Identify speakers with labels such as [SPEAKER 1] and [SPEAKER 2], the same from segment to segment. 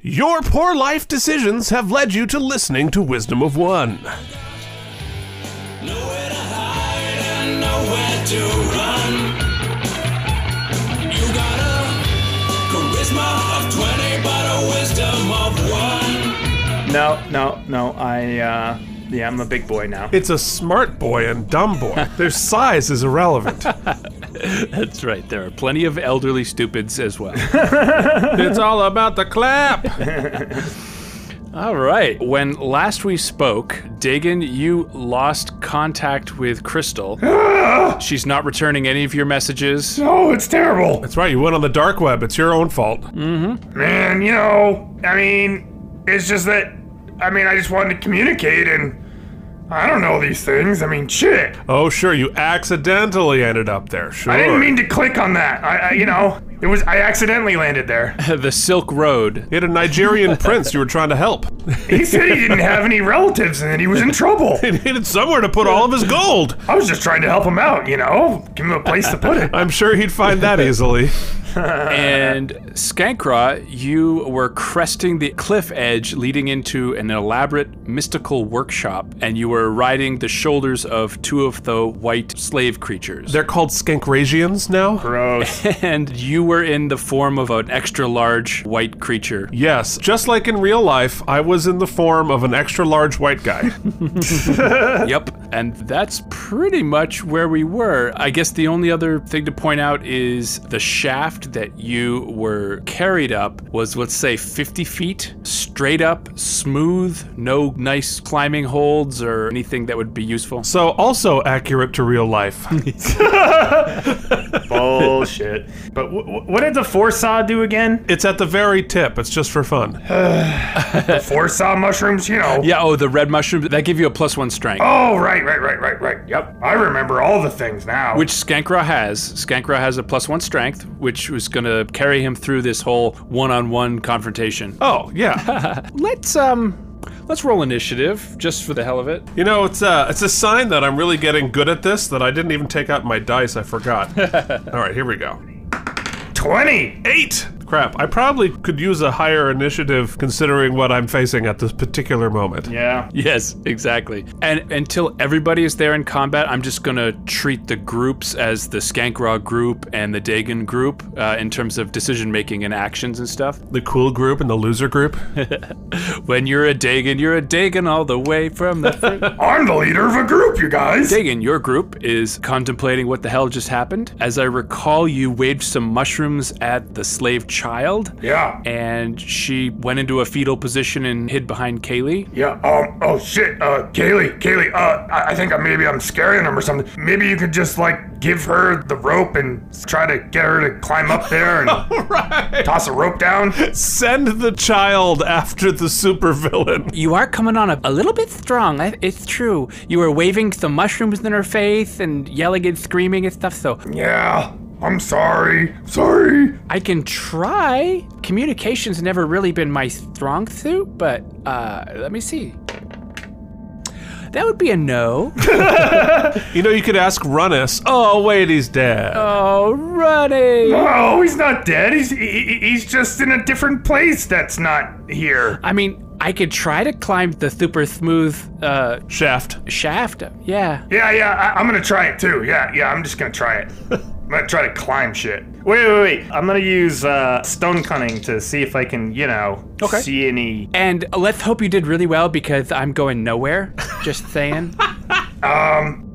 [SPEAKER 1] Your poor life decisions have led you to listening to Wisdom of One.
[SPEAKER 2] Nowhere to hide and nowhere to run. You got a charisma of 20, but a wisdom of one.
[SPEAKER 3] No, no, no. I, uh, yeah, I'm a big boy now.
[SPEAKER 1] It's a smart boy and dumb boy. Their size is irrelevant.
[SPEAKER 4] That's right. There are plenty of elderly stupids as well.
[SPEAKER 1] It's all about the clap.
[SPEAKER 4] All right. When last we spoke, Dagon, you lost contact with Crystal. She's not returning any of your messages.
[SPEAKER 3] Oh, it's terrible.
[SPEAKER 1] That's right, you went on the dark web. It's your own fault.
[SPEAKER 3] Man, you know, I mean, it's just that, I mean, I just wanted to communicate and I don't know these things. I mean, shit.
[SPEAKER 1] Oh, sure, you accidentally ended up there. Sure.
[SPEAKER 3] I didn't mean to click on that. I, I you know, it was, I accidentally landed there.
[SPEAKER 4] The Silk Road.
[SPEAKER 1] You had a Nigerian prince you were trying to help.
[SPEAKER 3] He said he didn't have any relatives and that he was in trouble.
[SPEAKER 1] He needed somewhere to put all of his gold.
[SPEAKER 3] I was just trying to help him out, you know, give him a place to put it.
[SPEAKER 1] I'm sure he'd find that easily.
[SPEAKER 4] And Skankra, you were cresting the cliff edge leading into an elaborate mystical workshop, and you were riding the shoulders of two of the white slave creatures.
[SPEAKER 1] They're called Skankrasians now?
[SPEAKER 3] Gross.
[SPEAKER 4] and you were in the form of an extra large white creature.
[SPEAKER 1] Yes, just like in real life, I was in the form of an extra large white guy.
[SPEAKER 4] Yep. And that's pretty much where we were. I guess the only other thing to point out is the shaft that you were carried up was, let's say, 50 feet, straight up, smooth, no nice climbing holds or anything that would be useful.
[SPEAKER 1] So, also accurate to real life.
[SPEAKER 3] Bullshit. Oh, But w- w- what did the foresaw do again?
[SPEAKER 1] It's at the very tip, it's just for fun.
[SPEAKER 3] The foresaw mushrooms, you know.
[SPEAKER 4] Yeah, oh, the red mushroom, that give you a plus one strength.
[SPEAKER 3] Oh, right, right, right, right, right. Yep. I remember all the things now.
[SPEAKER 4] Which Skankra has. Skankra has a plus one strength, which was going to carry him through this whole one on one confrontation.
[SPEAKER 1] Oh, yeah.
[SPEAKER 4] Let's, um, let's roll initiative just for the hell of it.
[SPEAKER 1] You know, it's uh, it's a sign that I'm really getting good at this that I didn't even take out my dice. I forgot. All right, here we go.
[SPEAKER 3] 20.
[SPEAKER 1] Eight. Crap. I probably could use a higher initiative considering what I'm facing at this particular moment.
[SPEAKER 3] Yeah.
[SPEAKER 4] Yes, exactly. And until everybody is there in combat, I'm just going to treat the groups as the Skankraw group and the Dagon group uh, in terms of decision making and actions and stuff.
[SPEAKER 1] The cool group and the loser group.
[SPEAKER 4] When you're a Dagon, you're a Dagon all the way from the. fr-
[SPEAKER 3] I'm the leader of a group, you guys.
[SPEAKER 4] Dagon, your group is contemplating what the hell just happened. As I recall, you waved some mushrooms at the slave child.
[SPEAKER 3] Yeah.
[SPEAKER 4] And she went into a fetal position and hid behind Kaylee.
[SPEAKER 3] Yeah. Um. Oh shit. Uh. Kaylee. Kaylee. Uh. I, I think I, maybe I'm scaring him or something. Maybe you could just like give her the rope and try to get her to climb up there and toss a rope down.
[SPEAKER 1] Send the child after the supervillain.
[SPEAKER 4] You are coming on a, a little bit strong. I, it's true. You were waving some mushrooms in her face and yelling and screaming and stuff. So
[SPEAKER 3] Yeah. I'm sorry. Sorry.
[SPEAKER 4] I can try. Communication's never really been my strong suit, but uh, let me see. That would be a no.
[SPEAKER 1] You know, you could ask Runnis. Oh, wait, he's dead.
[SPEAKER 4] Oh, Alrighty.
[SPEAKER 3] Oh, he's not dead. He's he, he- he's just in a different place that's not here.
[SPEAKER 4] I mean, I could try to climb the super smooth uh,
[SPEAKER 1] Shaft.
[SPEAKER 4] shaft. Yeah.
[SPEAKER 3] Yeah. Yeah. I, I'm gonna try it too. Yeah. Yeah. I'm just gonna try it. I'm gonna try to climb shit. Wait, wait, wait. I'm gonna use uh, stone cunning to see if I can, you know,
[SPEAKER 4] Okay.
[SPEAKER 3] see any
[SPEAKER 4] And let's hope you did really well because I'm going nowhere. Just saying.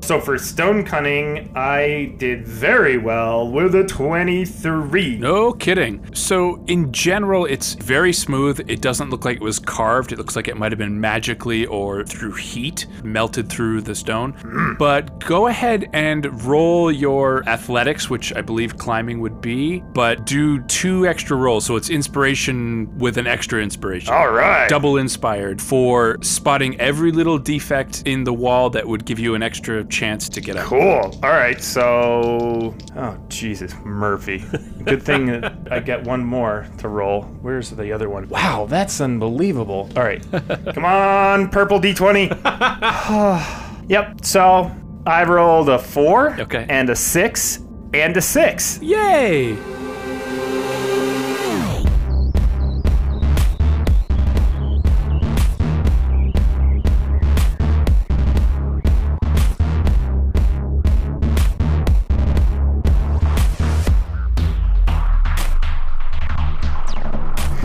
[SPEAKER 3] So for stone cunning, I did very well with a 23.
[SPEAKER 4] No kidding. So, in general, it's very smooth. It doesn't look like it was carved. It looks like it might have been magically or through heat melted through the stone. But go ahead and roll your athletics, which I believe climbing would be, but do two extra rolls. So, it's inspiration with an extra inspiration.
[SPEAKER 3] All right.
[SPEAKER 4] Double inspired for spotting every little defect in the wall that would give you an extra chance to get up.
[SPEAKER 3] Cool. All right. So, oh Jesus, Murphy. Good thing that I get one more to roll. Where's the other one? Wow, that's unbelievable. All right. Come on, purple D20. yep. So, I rolled a 4
[SPEAKER 4] Okay.
[SPEAKER 3] and a 6 and a 6.
[SPEAKER 4] Yay!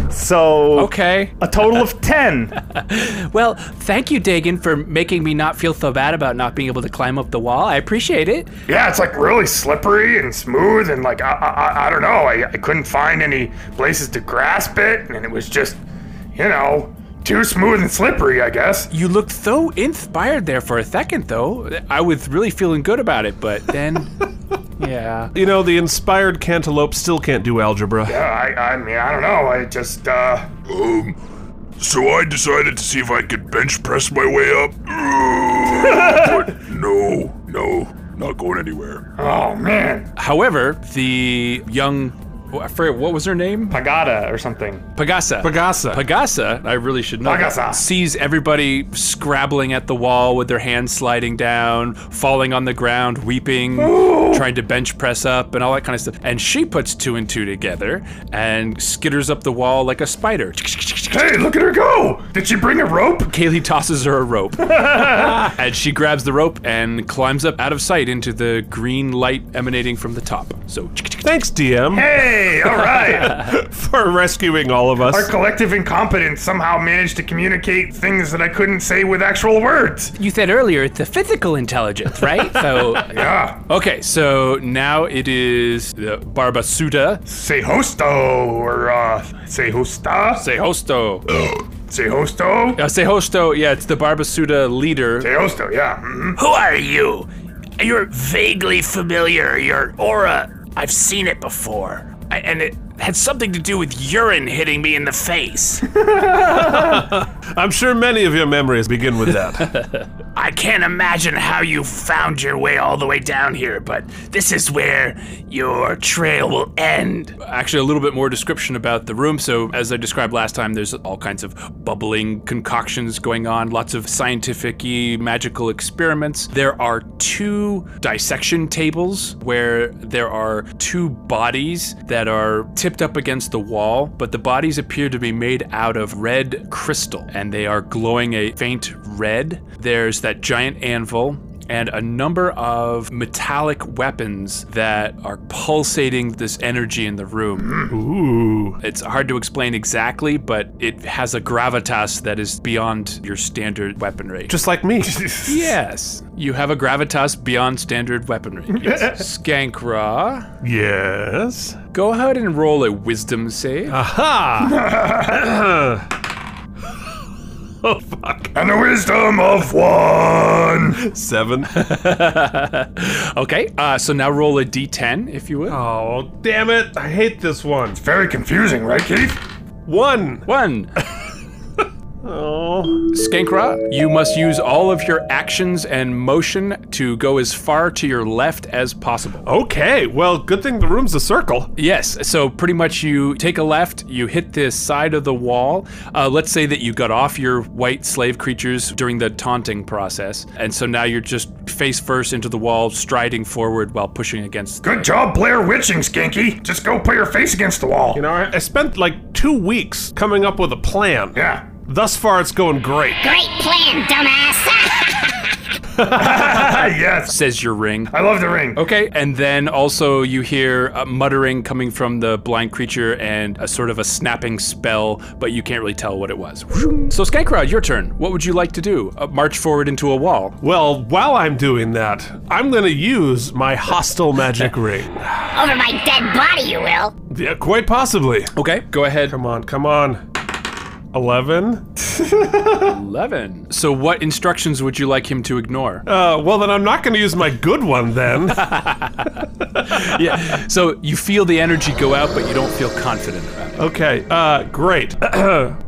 [SPEAKER 3] So
[SPEAKER 4] Okay.
[SPEAKER 3] a total of ten.
[SPEAKER 5] Well, thank you, Dagon, for making me not feel so bad about not being able to climb up the wall. I appreciate it.
[SPEAKER 3] yeah, it's like really slippery and smooth, and like I I, I- I don't know. I, I couldn't find any places to grasp it, and it was just, you know, too smooth and slippery. I guess.
[SPEAKER 4] You looked so inspired there for a second, though. I was really feeling good about it, but then, yeah.
[SPEAKER 1] You know, the inspired cantaloupe still can't do algebra.
[SPEAKER 3] Uh, I I mean I don't know. I just uh.
[SPEAKER 6] Um, So I decided to see if I could bench press my way up. But no, no, not going anywhere.
[SPEAKER 3] Oh man,
[SPEAKER 4] However, the young, I forget what was her name,
[SPEAKER 3] Pagata or something.
[SPEAKER 4] Pagasa.
[SPEAKER 1] Pagasa.
[SPEAKER 4] Pagasa. I really should know. that,
[SPEAKER 3] Pagasa.
[SPEAKER 4] Sees everybody scrabbling at the wall with their hands sliding down, falling on the ground, weeping, trying to bench press up, and all that kind of stuff. And she puts two and two together and skitters up the wall like a spider.
[SPEAKER 3] Hey, look at her go! Did she bring a rope?
[SPEAKER 4] Kaylee tosses her a rope. and she grabs the rope and climbs up out of sight into the green light emanating from the top. So,
[SPEAKER 1] Thanks, DM,
[SPEAKER 3] Hey, all right.
[SPEAKER 1] for rescuing all of
[SPEAKER 3] Our
[SPEAKER 1] us.
[SPEAKER 3] collective incompetence somehow managed to communicate things that I couldn't say with actual words.
[SPEAKER 5] You said earlier it's a physical intelligence, right? So,
[SPEAKER 3] Yeah.
[SPEAKER 4] okay, so now it is the Barbasuda
[SPEAKER 3] Say hosto, or, uh, say hosta? Say, hosto?
[SPEAKER 4] Sehosto. Uh, Sehosto, yeah, it's the Barbasuda leader.
[SPEAKER 3] Say hosto, yeah. mhm.
[SPEAKER 7] Who are you? You're vaguely familiar. Your aura, I've seen it before. I, and it had something to do with urine hitting me in the face.
[SPEAKER 1] I'm sure many of your memories begin with that.
[SPEAKER 7] I can't imagine how you found your way all the way down here, but this is where your trail will end.
[SPEAKER 4] Actually, a little bit more description about the room. So, as I described last time, there's all kinds of bubbling concoctions going on, lots of scientific y magical experiments. There are two dissection tables where there are two bodies that are tipped up against the wall, but the bodies appear to be made out of red crystal and they are glowing a faint red. There's that giant anvil and a number of metallic weapons that are pulsating this energy in the
[SPEAKER 1] Mm-hmm.
[SPEAKER 4] room. Ooh. It's hard to explain exactly, but it has a gravitas that is beyond your standard weaponry.
[SPEAKER 1] Just like me.
[SPEAKER 4] yes. You have a gravitas beyond standard weaponry. Yes. Skankra,
[SPEAKER 1] Yes.
[SPEAKER 4] go ahead and roll a wisdom save.
[SPEAKER 1] Uh. Aha! oh, fuck.
[SPEAKER 3] And the wisdom of one.
[SPEAKER 1] Seven.
[SPEAKER 4] okay. Uh, so now roll a d10, if you would.
[SPEAKER 1] Oh, damn it. I hate this one.
[SPEAKER 3] Very confusing, right, Keith?
[SPEAKER 1] One.
[SPEAKER 4] One.
[SPEAKER 1] Oh.
[SPEAKER 4] Skankra, you must use all of your actions and motion to go as far to your left as possible.
[SPEAKER 1] Okay, well, good thing the room's a circle.
[SPEAKER 4] Yes, so pretty much you take a left, you hit the side of the wall. Uh, let's say that you got off your white slave creatures during the taunting process, and so now you're just face first into the wall, striding forward while pushing against.
[SPEAKER 3] Good job, Blair Witching, Skinky. Just go put your face against the wall.
[SPEAKER 1] You know, I, I spent like two weeks coming up with a plan.
[SPEAKER 3] Yeah.
[SPEAKER 1] Thus far, it's going great.
[SPEAKER 8] Great plan, dumbass.
[SPEAKER 3] Ah, yes.
[SPEAKER 4] Says your ring.
[SPEAKER 3] I love the ring.
[SPEAKER 4] Okay, and then also you hear a muttering coming from the blind creature and a sort of a snapping spell, but you can't really tell what it was. So Skycrowd, your turn. What would you like to do? Uh, march forward into a wall.
[SPEAKER 1] Well, while I'm doing that, I'm gonna use my hostile magic ring.
[SPEAKER 8] Over my dead body, you will.
[SPEAKER 1] Yeah, quite possibly.
[SPEAKER 4] Okay, go ahead.
[SPEAKER 1] Come on, come on. 11?
[SPEAKER 4] Eleven. So what instructions would you like him to ignore?
[SPEAKER 1] Uh, well, then I'm not gonna use my good one then.
[SPEAKER 4] yeah. So you feel the energy go out, but you don't feel confident about it.
[SPEAKER 1] okay, uh, great.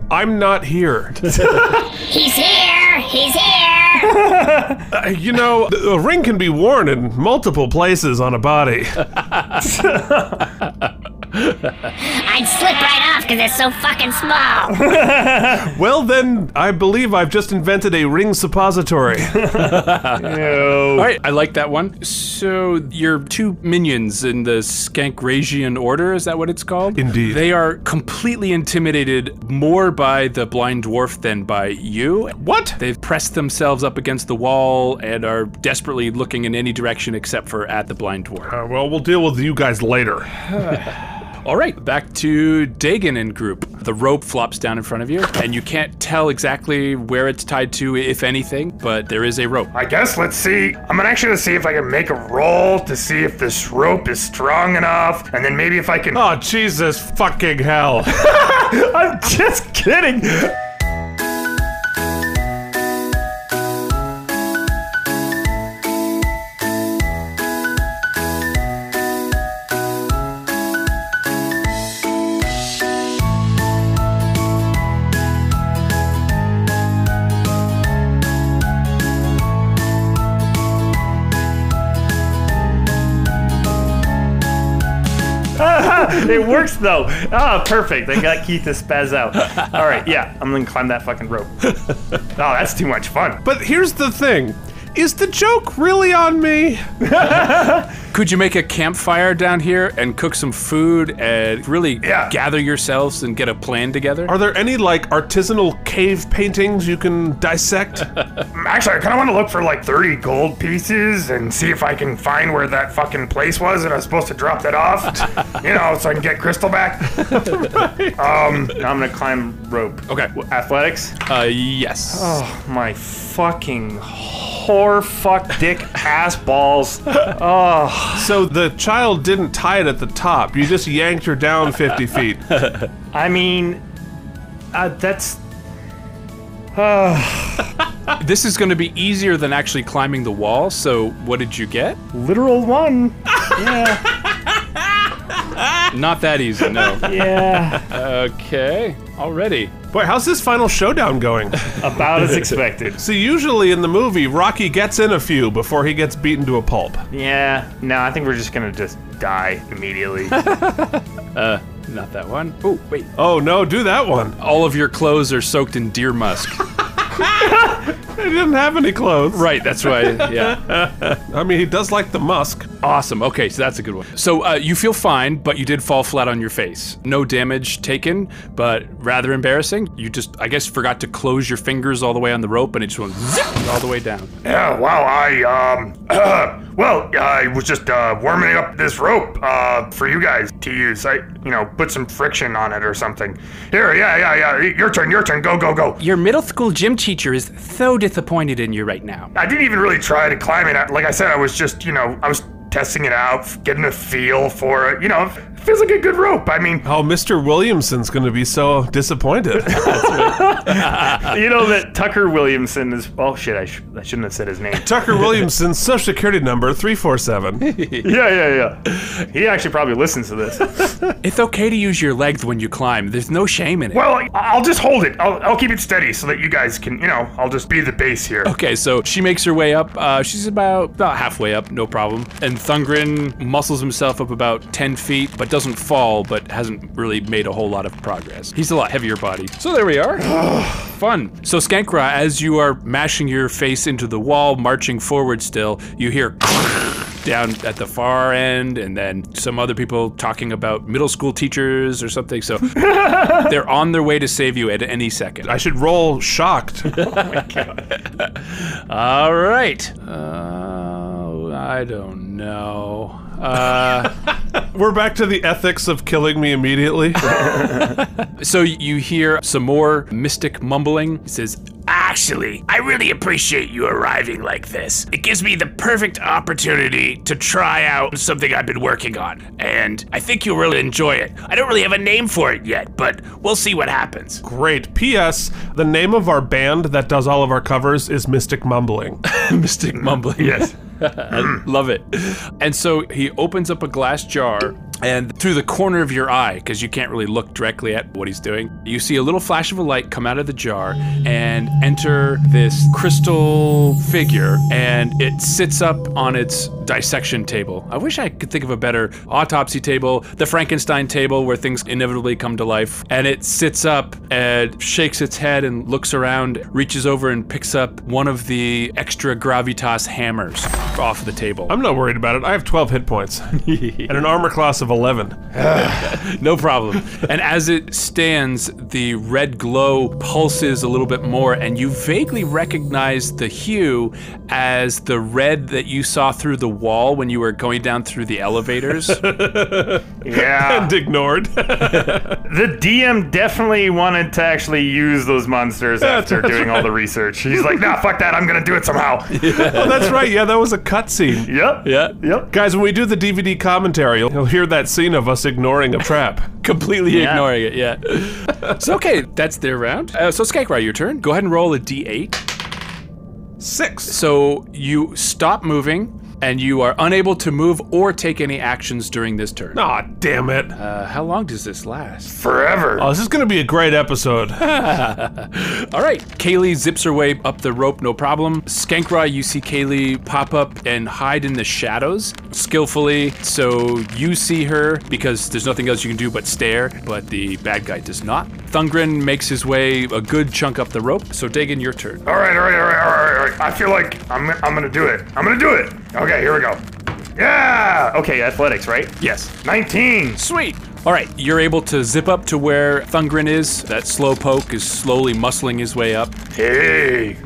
[SPEAKER 1] I'm not here.
[SPEAKER 8] He's here. He's here.
[SPEAKER 1] Uh, you know, th- a ring can be worn in multiple places on a body.
[SPEAKER 8] I'd slip right off because it's so fucking small.
[SPEAKER 1] Well, then, I believe I've just invented a ring suppository. Uh, Oh.
[SPEAKER 4] All right, I like that one. So your two minions in the Skankrazian order, is that what it's called?
[SPEAKER 1] Indeed.
[SPEAKER 4] They are completely intimidated more by the blind dwarf than by you.
[SPEAKER 1] what?
[SPEAKER 4] They've pressed themselves up against the wall and are desperately looking in any direction except for at the blind dwarf.
[SPEAKER 1] Uh, well, we'll deal with you guys later.
[SPEAKER 4] All right, back to Dagon and group. The rope flops down in front of you, and you can't tell exactly where it's tied to, if anything, but there is a rope.
[SPEAKER 3] I guess let's see. I'm gonna actually see if I can make a roll to see if this rope is strong enough, and then maybe if I can.
[SPEAKER 1] Oh, Jesus fucking hell.
[SPEAKER 3] I'm just kidding. it works though. Ah, perfect. I got Keith to spaz out. All right, yeah, I'm gonna climb that fucking rope. Oh, that's too much fun.
[SPEAKER 1] But here's the thing. Is the joke really on me?
[SPEAKER 4] Could you make a campfire down here and cook some food and really
[SPEAKER 3] Yeah.
[SPEAKER 4] gather yourselves and get a plan together?
[SPEAKER 1] Are there any like artisanal cave paintings you can dissect?
[SPEAKER 3] Actually, I kind of want to look for like 30 gold pieces and see if I can find where that fucking place was that I was supposed to drop that off. you know, so I can get crystal back. Um, now I'm gonna climb rope.
[SPEAKER 4] Okay.
[SPEAKER 3] W- Athletics.
[SPEAKER 4] Uh, yes.
[SPEAKER 3] Oh my fucking whore fuck dick ass balls. Oh,
[SPEAKER 1] so the child didn't tie it at the top. You just yanked her down 50 feet.
[SPEAKER 3] I mean, uh, that's uh,
[SPEAKER 4] This is going to be easier than actually climbing the wall. So, what did you get?
[SPEAKER 3] literal one.
[SPEAKER 4] Not that easy, no.
[SPEAKER 3] Yeah.
[SPEAKER 4] okay, already.
[SPEAKER 1] Boy, how's this final showdown going?
[SPEAKER 3] About as expected.
[SPEAKER 1] See, usually in the movie, Rocky gets in a few before he gets beaten to a pulp.
[SPEAKER 3] Yeah. No, I think we're just gonna just die immediately.
[SPEAKER 4] Not that one. Oh, wait.
[SPEAKER 1] Oh no, do that one.
[SPEAKER 4] All of your clothes are soaked in deer musk.
[SPEAKER 1] He didn't have any clothes.
[SPEAKER 4] right, that's why. Yeah.
[SPEAKER 1] I mean, he does like the musk.
[SPEAKER 4] Awesome. Okay, so that's a good one. So, uh, you feel fine, but you did fall flat on your face. No damage taken, but rather embarrassing. You just, I guess, forgot to close your fingers all the way on the rope and it just went zip all the way down.
[SPEAKER 3] yeah. Wow. I um. well, I was just uh, warming up this rope uh for you guys to use. I you know put some friction on it or something. Here. Yeah. Yeah. Yeah. Your turn. Your turn. Go. Go. Go.
[SPEAKER 5] Your middle school gym teacher is so disappointed in you right now.
[SPEAKER 3] I didn't even really try to climb it. I- Like I said, I was just, you know, I was testing it out, getting a feel for it. You know, it feels like a good rope. I mean,
[SPEAKER 1] Oh, Mr. Williamson's gonna be so disappointed.
[SPEAKER 3] you know that Tucker Williamson is. Oh shit! I, sh- I shouldn't have said his name.
[SPEAKER 1] Tucker Williamson's social security number 347.
[SPEAKER 3] yeah, yeah, yeah. He actually probably listens to this.
[SPEAKER 4] It's okay to use your legs when you climb, there's no shame in it.
[SPEAKER 3] well, I- I'll just hold it. I'll, I'll keep it steady so that you guys can, you know, I'll just be the base here.
[SPEAKER 4] Okay, so she makes her way up. Uh, she's about about halfway up, no problem. And Thungren muscles himself up about ten feet, but doesn't fall, but hasn't really made a whole lot of progress. He's a lot heavier body. So there we are. Fun. So Skankra, as you are mashing your face into the wall, marching forward still, you hear down at the far end, and then some other people talking about middle school teachers or something. So they're on their way to save you at any second.
[SPEAKER 1] I should roll shocked.
[SPEAKER 4] All right. Uh, I don't know. Uh,
[SPEAKER 1] We're back to the ethics of killing me immediately.
[SPEAKER 4] so you hear some more mystic mumbling. It says,
[SPEAKER 7] Actually, I really appreciate you arriving like this. It gives me the perfect opportunity to try out something I've been working on, and I think you'll really enjoy it. I don't really have a name for it yet, but we'll see what happens.
[SPEAKER 1] Great. P.S. The name of our band that does all of our covers is Mystic Mumbling.
[SPEAKER 4] mystic mumbling. Yes. I love it. And so he opens up a glass jar, and through the corner of your eye, because you can't really look directly at what he's doing, you see a little flash of a light come out of the jar and enter this crystal figure, and it sits up on its dissection table. I wish I could think of a better autopsy table, the Frankenstein table where things inevitably come to life. And it sits up and shakes its head and looks around, reaches over and picks up one of the extra gravitas hammers off the table.
[SPEAKER 1] I'm not worried about it. I have 12 hit points and an armor class of of 11.
[SPEAKER 4] No problem. and as it stands, the red glow pulses a little bit more, and you vaguely recognize the hue as the red that you saw through the wall when you were going down through the elevators.
[SPEAKER 3] Yeah.
[SPEAKER 1] And ignored.
[SPEAKER 3] the DM definitely wanted to actually use those monsters after doing all the research. He's like, nah, Ah, fuck that. I'm going to do it somehow.
[SPEAKER 1] oh, that's right. Yeah, that was a cutscene.
[SPEAKER 3] Yep.
[SPEAKER 4] yeah.
[SPEAKER 3] Yep.
[SPEAKER 1] Guys, when we do the DVD commentary, you'll hear that scene of us ignoring a trap.
[SPEAKER 4] Completely ignoring it, yeah. so, okay, that's their round. Uh, so, Skagrai, your turn. Go ahead and roll a d8.
[SPEAKER 1] Six.
[SPEAKER 4] So you stop moving and you are unable to move or take any actions during this turn.
[SPEAKER 1] Aw, damn it.
[SPEAKER 4] Uh, how long does this last?
[SPEAKER 3] Forever.
[SPEAKER 1] Oh, this is going to be a great episode.
[SPEAKER 4] All right, Kaylee zips her way up the rope, no problem. Skankra, you see Kaylee pop up and hide in the shadows skillfully. So you see her because there's nothing else you can do but stare, but the bad guy does not. Thungren makes his way a good chunk up the rope. So Dagon, your turn.
[SPEAKER 3] All right, all right, all right, all right, all right. I feel like I'm, I'm gonna do it. I'm gonna do it. Okay, here we go. Yeah. Okay, athletics, right?
[SPEAKER 4] Yes.
[SPEAKER 3] 19.
[SPEAKER 4] Sweet. All right, you're able to zip up to where Thungren is. That slow poke is slowly muscling his way up.
[SPEAKER 3] Hey.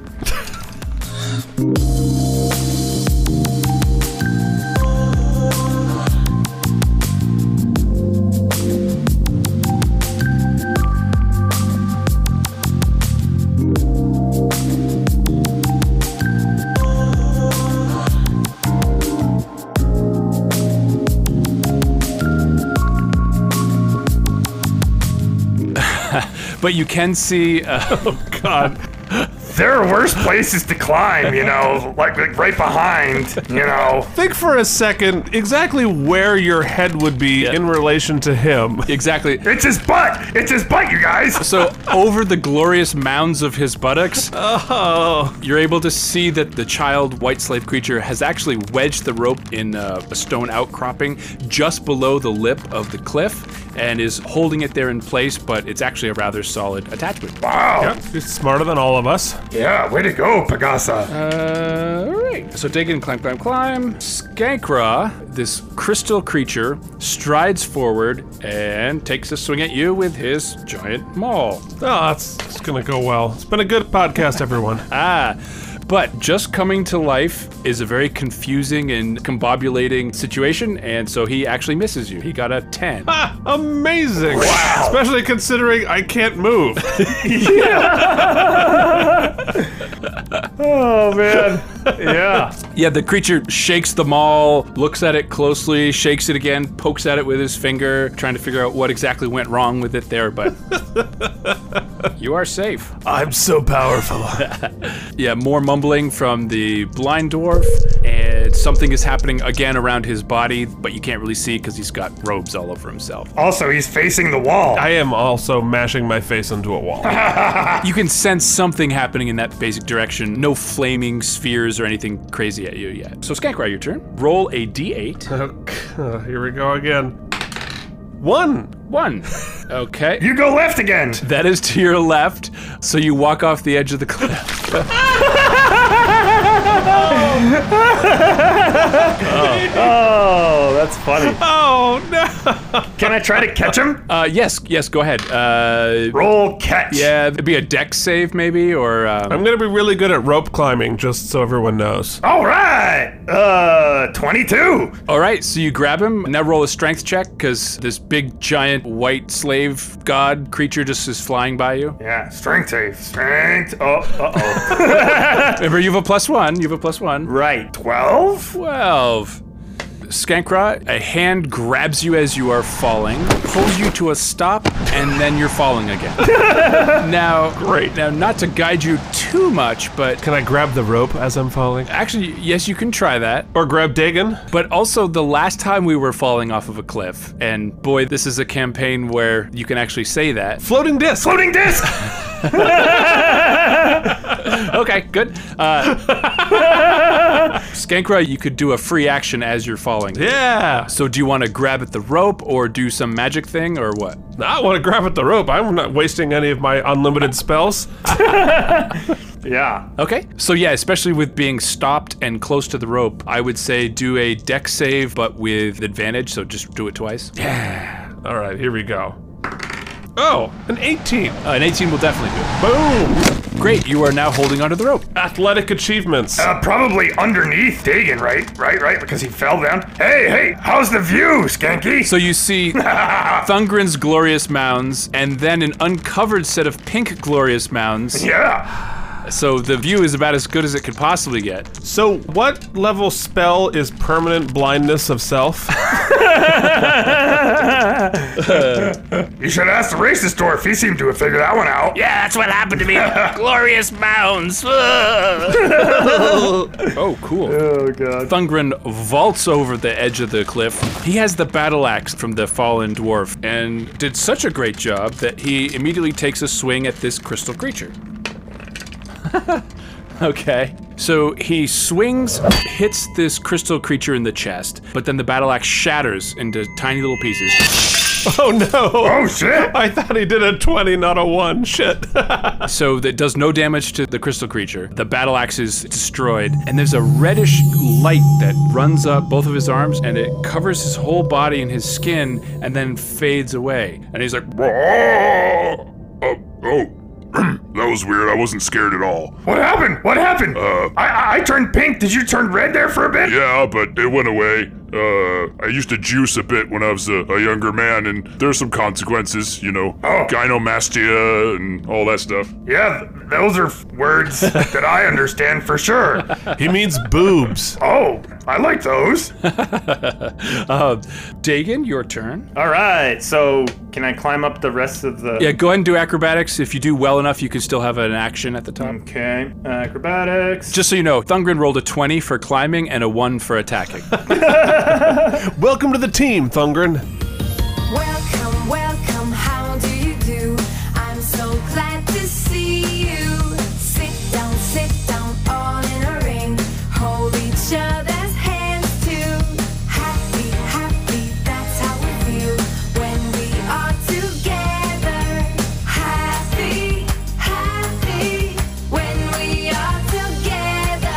[SPEAKER 4] But you can see, uh,
[SPEAKER 3] There are worse places to climb, you know, like, like right behind, you know.
[SPEAKER 1] Think for a second exactly where your head would be in relation to him.
[SPEAKER 4] exactly.
[SPEAKER 3] It's his butt. It's his butt, you guys.
[SPEAKER 4] So, over the glorious mounds of his buttocks,
[SPEAKER 1] Oh.
[SPEAKER 4] you're able to see that the child white slave creature has actually wedged the rope in uh, a stone outcropping just below the lip of the cliff and is holding it there in place, but it's actually a rather solid attachment.
[SPEAKER 3] Wow.
[SPEAKER 1] He's smarter than all of us.
[SPEAKER 3] Yeah. Way to go, Pagasa.
[SPEAKER 4] Uh, all right. So dig in, climb, climb, climb. Skankra, this crystal creature, strides forward and takes a swing at you with his giant maul.
[SPEAKER 1] Oh, that's, it's going to go well. It's been a good podcast, everyone.
[SPEAKER 4] Ah. But just coming to life is a very confusing and combobulating situation, and so he actually misses you. He got a 10.
[SPEAKER 1] Ah, amazing. Wow. Especially considering I can't move.
[SPEAKER 3] Oh man. Yeah.
[SPEAKER 4] Yeah, the creature shakes the maul, looks at it closely, shakes it again, pokes at it with his finger, trying to figure out what exactly went wrong with it there, but you are safe.
[SPEAKER 1] I'm so powerful.
[SPEAKER 4] Yeah, more mumbling from the blind dwarf, and something is happening again around his body, but you can't really see because he's got robes all over himself.
[SPEAKER 3] Also, he's facing the wall.
[SPEAKER 1] I am also mashing my face into a wall.
[SPEAKER 4] You can sense something happening in that basic direction. No flaming spheres or anything crazy at you yet. So, Skankrai, your turn. Roll a d8.
[SPEAKER 1] Uh, here we go again. One.
[SPEAKER 4] One. Okay.
[SPEAKER 3] You go left again.
[SPEAKER 4] That is to your left, so you walk off the edge of the cliff.
[SPEAKER 3] Oh, that's funny.
[SPEAKER 1] Oh no!
[SPEAKER 3] Can I try to catch him?
[SPEAKER 4] Uh, yes, yes, go ahead. Uh,
[SPEAKER 3] Roll catch.
[SPEAKER 4] yeah, it'd be a deck save maybe, or um,
[SPEAKER 1] I'm gonna be really good at rope climbing, just so everyone knows.
[SPEAKER 3] All right. Uh, 22.
[SPEAKER 4] all right. So you grab him. Now roll a strength check because this big giant white slave god creature just is flying by you.
[SPEAKER 3] Yeah, strength save. Strength. Oh, uh oh.
[SPEAKER 4] Remember, you have a plus one. You have a plus one.
[SPEAKER 3] right. 12?
[SPEAKER 4] 12. Skankra, a hand grabs you as you are falling, pulls you to a stop, and then you're falling again. now, great. Now, not to guide you too much, but
[SPEAKER 1] Can I grab the rope as I'm falling,
[SPEAKER 4] actually, yes, you can try that.
[SPEAKER 1] or grab Dagon?
[SPEAKER 4] But also, the last time we were falling off of a cliff, and boy, this is a campaign where you can actually say that.
[SPEAKER 1] Floating disc.
[SPEAKER 3] Floating disc!
[SPEAKER 4] Okay, good. Uh, Skankra, you could do a free action as you're falling.
[SPEAKER 1] Yeah.
[SPEAKER 4] So do you want to grab at the rope or do some magic thing or what?
[SPEAKER 1] I want to grab at the rope. I'm not wasting any of my unlimited spells.
[SPEAKER 3] Yeah.
[SPEAKER 4] Okay. So yeah, especially with being stopped and close to the rope, I would say do a deck save but with advantage, so just do it twice. Yeah.
[SPEAKER 1] All right, here we go. Oh, an 18.
[SPEAKER 4] Uh, an 18 will definitely do it.
[SPEAKER 1] Boom.
[SPEAKER 4] But great, you are now holding onto the rope.
[SPEAKER 1] Athletic achievements.
[SPEAKER 3] Uh, probably underneath Dagon, right? Right, right, because he fell down. Hey, hey, how's the view, Skanky?
[SPEAKER 4] So you see Thungren's glorious mounds and then an uncovered set of pink glorious mounds.
[SPEAKER 3] yeah.
[SPEAKER 4] So the view is about as good as it could possibly get.
[SPEAKER 1] So, what level spell is permanent blindness of self?
[SPEAKER 3] You should ask the racist dwarf. He seemed to have figured that one out.
[SPEAKER 7] Yeah, that's what happened to me. Glorious mounds.
[SPEAKER 4] Oh, cool.
[SPEAKER 3] Oh, God.
[SPEAKER 4] Thungren vaults over the edge of the cliff. He has the battle axe from the fallen dwarf and did such a great job that he immediately takes a swing at this crystal creature. okay. So he swings, hits this crystal creature in the chest, but then the battle axe shatters into tiny little pieces.
[SPEAKER 1] oh no!
[SPEAKER 3] Oh, shit.
[SPEAKER 1] I thought he did a 20, not a 1. Shit.
[SPEAKER 4] So that does no damage to the crystal creature. The battle axe is destroyed, and there's a reddish light that runs up both of his arms and it covers his whole body and his skin and then fades away. And he's like,
[SPEAKER 6] Oh, oh. that was weird. I wasn't scared at all.
[SPEAKER 3] What happened? What happened?
[SPEAKER 6] Uh,
[SPEAKER 3] I, I I turned pink. Did you turn red there for a bit?
[SPEAKER 6] Yeah, but it went away. Uh, I used to juice a bit when I was a, a younger man, and there's some consequences, you know,
[SPEAKER 3] Oh.
[SPEAKER 6] gynomastia and all that stuff.
[SPEAKER 3] Yeah, th- those are f- words that I understand for sure.
[SPEAKER 1] he means boobs.
[SPEAKER 3] Oh, I like those.
[SPEAKER 4] uh, Dagon, your turn.
[SPEAKER 3] All right, so can I climb up the rest of the.
[SPEAKER 4] Yeah, go ahead and do acrobatics. If you do well enough, you can still have an action at the top.
[SPEAKER 3] Okay, acrobatics.
[SPEAKER 4] Just so you know, Thungren rolled a 20 for climbing and a 1 for attacking.
[SPEAKER 1] Welcome to the team, Thungren.
[SPEAKER 9] Welcome, welcome, how do you do? I'm so glad to see you. Sit down, sit down, all in a ring. Hold each other's hands too. Happy, happy, that's how we feel when we are together. Happy, happy, when we are together.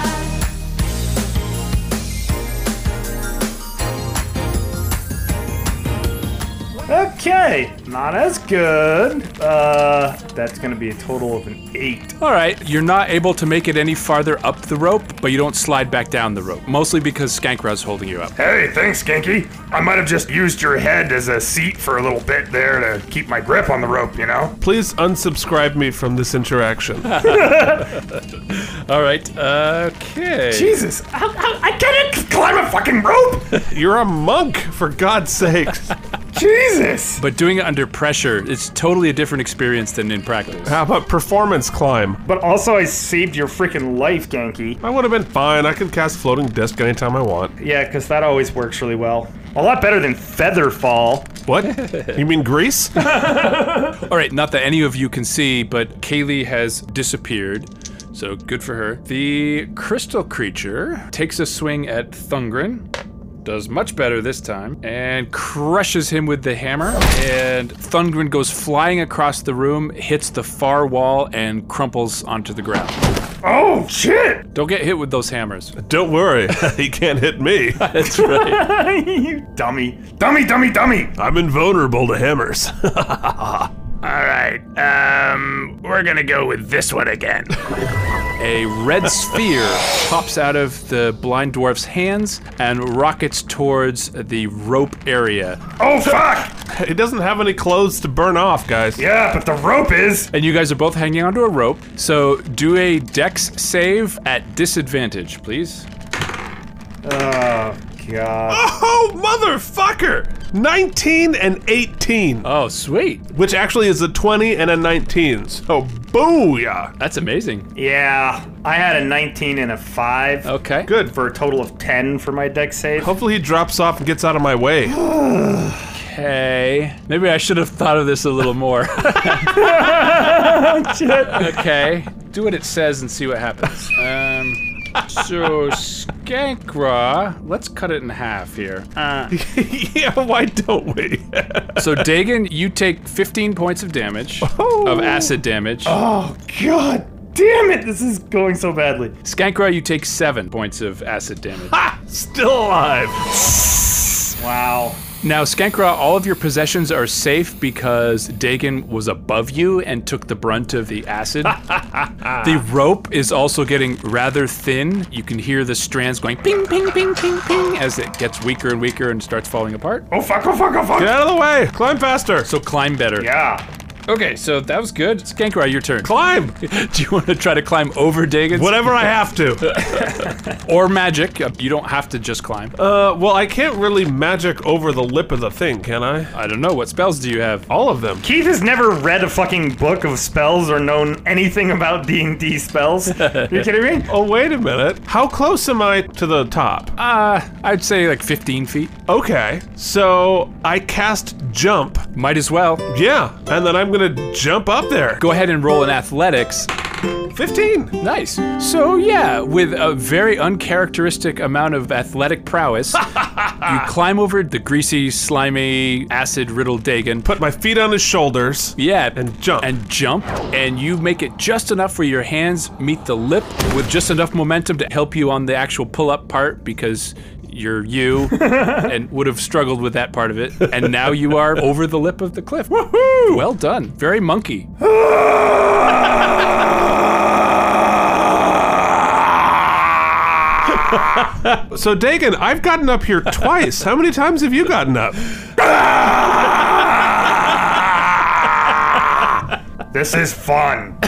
[SPEAKER 3] Okay, not as good. Uh, that's gonna be a total of an eight.
[SPEAKER 4] All right, you're not able to make it any farther up the rope, but you don't slide back down the rope, mostly because Skankra's holding you up.
[SPEAKER 3] Hey, thanks, Kinky. I might have just used your head as a seat for a little bit there to keep my grip on the rope, you know?
[SPEAKER 1] Please unsubscribe me from this interaction.
[SPEAKER 4] All right, uh, okay.
[SPEAKER 3] Jesus, I, I, I can't c- climb a fucking rope!
[SPEAKER 1] You're a monk, for God's sake.
[SPEAKER 3] Jesus!
[SPEAKER 4] But doing it under pressure, it's totally a different experience than in practice.
[SPEAKER 1] How about performance climb?
[SPEAKER 3] But also, I saved your freaking life, Genki.
[SPEAKER 1] I would have been fine. I could cast floating disc anytime I want.
[SPEAKER 3] Yeah, because that always works really well. A lot better than feather fall.
[SPEAKER 1] What? You mean Greece?
[SPEAKER 4] All right, not that any of you can see, but Kaylee has disappeared. So good for her. The crystal creature takes a swing at Thungren. Does much better this time and crushes him with the hammer. And Thungren goes flying across the room, hits the far wall, and crumples onto the ground.
[SPEAKER 3] Oh, shit!
[SPEAKER 4] Don't get hit with those hammers.
[SPEAKER 1] Don't worry. he can't hit me.
[SPEAKER 4] That's right.
[SPEAKER 3] you dummy. Dummy, dummy, dummy!
[SPEAKER 1] I'm invulnerable to hammers.
[SPEAKER 7] All right. Um, we're gonna go with this one again.
[SPEAKER 4] A red sphere pops out of the blind dwarf's hands and rockets towards the rope area.
[SPEAKER 3] Oh, fuck!
[SPEAKER 1] It doesn't have any clothes to burn off, guys.
[SPEAKER 3] Yeah, but the rope is.
[SPEAKER 4] And you guys are both hanging onto a rope. So do a dex save at disadvantage, please.
[SPEAKER 3] Oh, God.
[SPEAKER 1] Oh, motherfucker! 19 and 18,
[SPEAKER 4] Oh, sweet.
[SPEAKER 1] which actually is a 20 and a 19. So, booyah!
[SPEAKER 4] That's amazing.
[SPEAKER 3] Yeah, I had a 19 and a 5.
[SPEAKER 4] Okay.
[SPEAKER 1] Good. Oh,
[SPEAKER 3] for a total of 10 for my deck save.
[SPEAKER 1] Hopefully he drops off and gets out of my way.
[SPEAKER 4] Okay. Maybe I should have thought of this a little more. okay. Do what it says and see what happens. Um, so, Skankra, let's cut it in half here.
[SPEAKER 1] yeah, why don't we?
[SPEAKER 4] So, Dagon, you take 15 points of damage, of acid damage.
[SPEAKER 3] Oh god damn it! This is going so badly.
[SPEAKER 4] Skankra, you take 7 points of acid damage.
[SPEAKER 1] Still alive.
[SPEAKER 3] Wow.
[SPEAKER 4] Now, Skankra, all of your possessions are safe because Dagon was above you and took the brunt of the acid. the rope is also getting rather thin. You can hear the strands going ping, ping, ping, ping, ping as it gets weaker and weaker and starts falling apart.
[SPEAKER 3] Oh fuck! Oh fuck! Oh fuck!
[SPEAKER 1] Get out of the way. Climb faster.
[SPEAKER 4] So climb better.
[SPEAKER 3] Yeah.
[SPEAKER 4] Okay, so that was good. Skankra, your turn.
[SPEAKER 1] Climb.
[SPEAKER 4] Do you want to try to climb over Dagon?
[SPEAKER 1] Whatever I have to.
[SPEAKER 4] Or magic. Uh, You don't have to just climb.
[SPEAKER 1] Uh, well, I can't really magic over the lip of the thing, can I?
[SPEAKER 4] I don't know. What spells do you have?
[SPEAKER 1] All of them.
[SPEAKER 3] Keith has never read a fucking book of spells or known anything about D and D spells. Are you kidding me?
[SPEAKER 1] Oh, wait a minute. How close am I to the top?
[SPEAKER 4] Uh, I'd say like 15 feet.
[SPEAKER 1] Okay, so I cast jump.
[SPEAKER 4] Might as well.
[SPEAKER 1] Yeah, and then I'm gonna jump up there.
[SPEAKER 4] Go ahead and roll an athletics.
[SPEAKER 1] 15.
[SPEAKER 4] Nice. So, yeah, with a very uncharacteristic amount of athletic prowess, you climb over the greasy, slimy, acid riddled Dagon.
[SPEAKER 1] Put my feet on his shoulders.
[SPEAKER 4] yeah.
[SPEAKER 1] and jump.
[SPEAKER 4] And jump. And you make it just enough where your hands meet the lip with just enough momentum to help you on the actual pull up part because you're you and would have struggled with that part of it. And now you are over the lip of the cliff. Woohoo! Well done. Very monkey.
[SPEAKER 1] So, Dagon, I've gotten up here twice. How many times have you gotten up?
[SPEAKER 3] This is fun.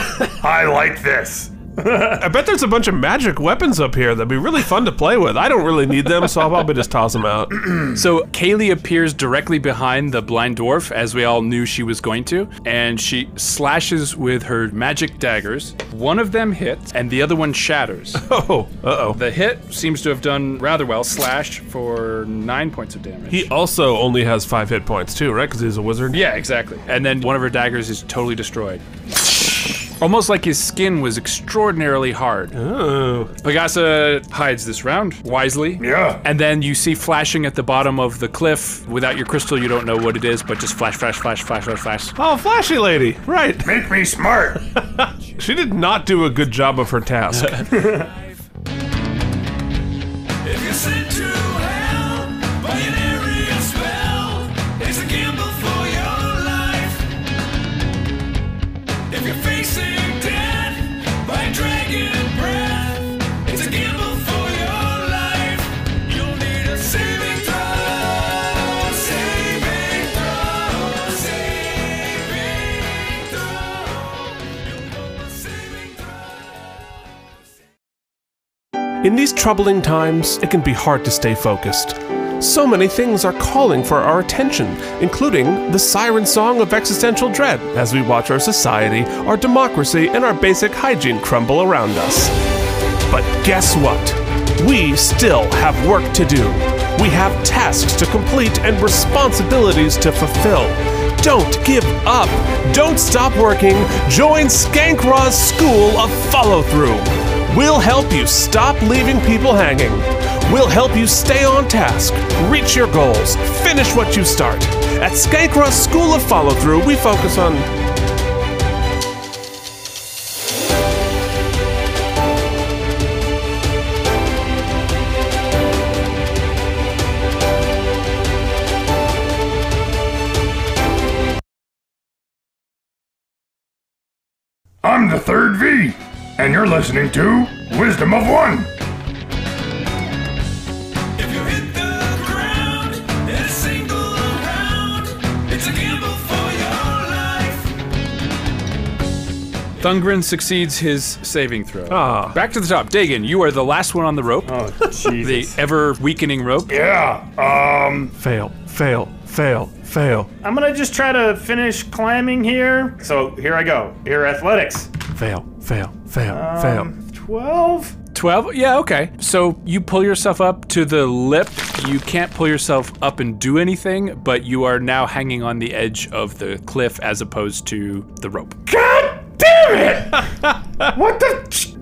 [SPEAKER 3] I like this.
[SPEAKER 1] I bet there's a bunch of magic weapons up here that'd be really fun to play with. I don't really need them, so I'll probably just toss them out.
[SPEAKER 4] So Kaylee appears directly behind the blind dwarf, as we all knew she was going to, and she slashes with her magic daggers. One of them hits, and the other one shatters.
[SPEAKER 1] Oh, uh oh.
[SPEAKER 4] the hit seems to have done rather well. Slash for nine points of damage.
[SPEAKER 1] He also only has five hit points, too, right? Because he's a wizard.
[SPEAKER 4] yeah, exactly. And then one of her daggers is totally destroyed. Almost like his skin was extraordinarily hard.
[SPEAKER 1] Ooh.
[SPEAKER 4] Pagasa hides this round wisely.
[SPEAKER 3] Yeah.
[SPEAKER 4] And then you see flashing at the bottom of the cliff. Without your crystal, you don't know what it is, but just flash, flash, flash, flash, flash, flash.
[SPEAKER 1] Oh, flashy lady. Right.
[SPEAKER 3] Make me smart.
[SPEAKER 1] She did not do a good job of her task.
[SPEAKER 2] If you're sent to hell by an area spell, it's a gamble for your life. If you're facing death by a dragon breath, it's a gamble for your life. You'll need a saving throw, saving throw, saving throw. You'll know a saving throw.
[SPEAKER 1] In these troubling times, it can be hard to stay focused. So many things are calling for our attention, including the siren song of existential dread as we watch our society, our democracy, and our basic hygiene crumble around us. But guess what? We still have work to do. We have tasks to complete and responsibilities to fulfill. Don't give up. Don't stop working. Join Skankra's School of Follow Through. We'll help you stop leaving people hanging. We'll help you stay on task, reach your goals, finish what you start. At Skankra's School of Follow Through, we focus on
[SPEAKER 6] I'm the third V, and you're listening to Wisdom of One.
[SPEAKER 2] If you hit the ground in a single round, it's a gamble for your life.
[SPEAKER 4] Thungren succeeds his saving throw. Ah. Back to the top. Dagon, you are the last one on the rope.
[SPEAKER 3] Oh
[SPEAKER 4] The
[SPEAKER 3] Jesus. Uh,
[SPEAKER 4] ever weakening rope.
[SPEAKER 6] Yeah, um,
[SPEAKER 1] fail, fail, fail, fail,
[SPEAKER 3] I'm gonna just try to finish climbing here. So here I go. Here athletics.
[SPEAKER 1] fail, fail, fail, fail.
[SPEAKER 3] Twelve.
[SPEAKER 4] 12? Yeah, okay. So you pull yourself up to the lip You can't pull yourself up and do anything, but you are now hanging on the edge of the cliff as opposed to the rope.
[SPEAKER 7] God damn it! what the?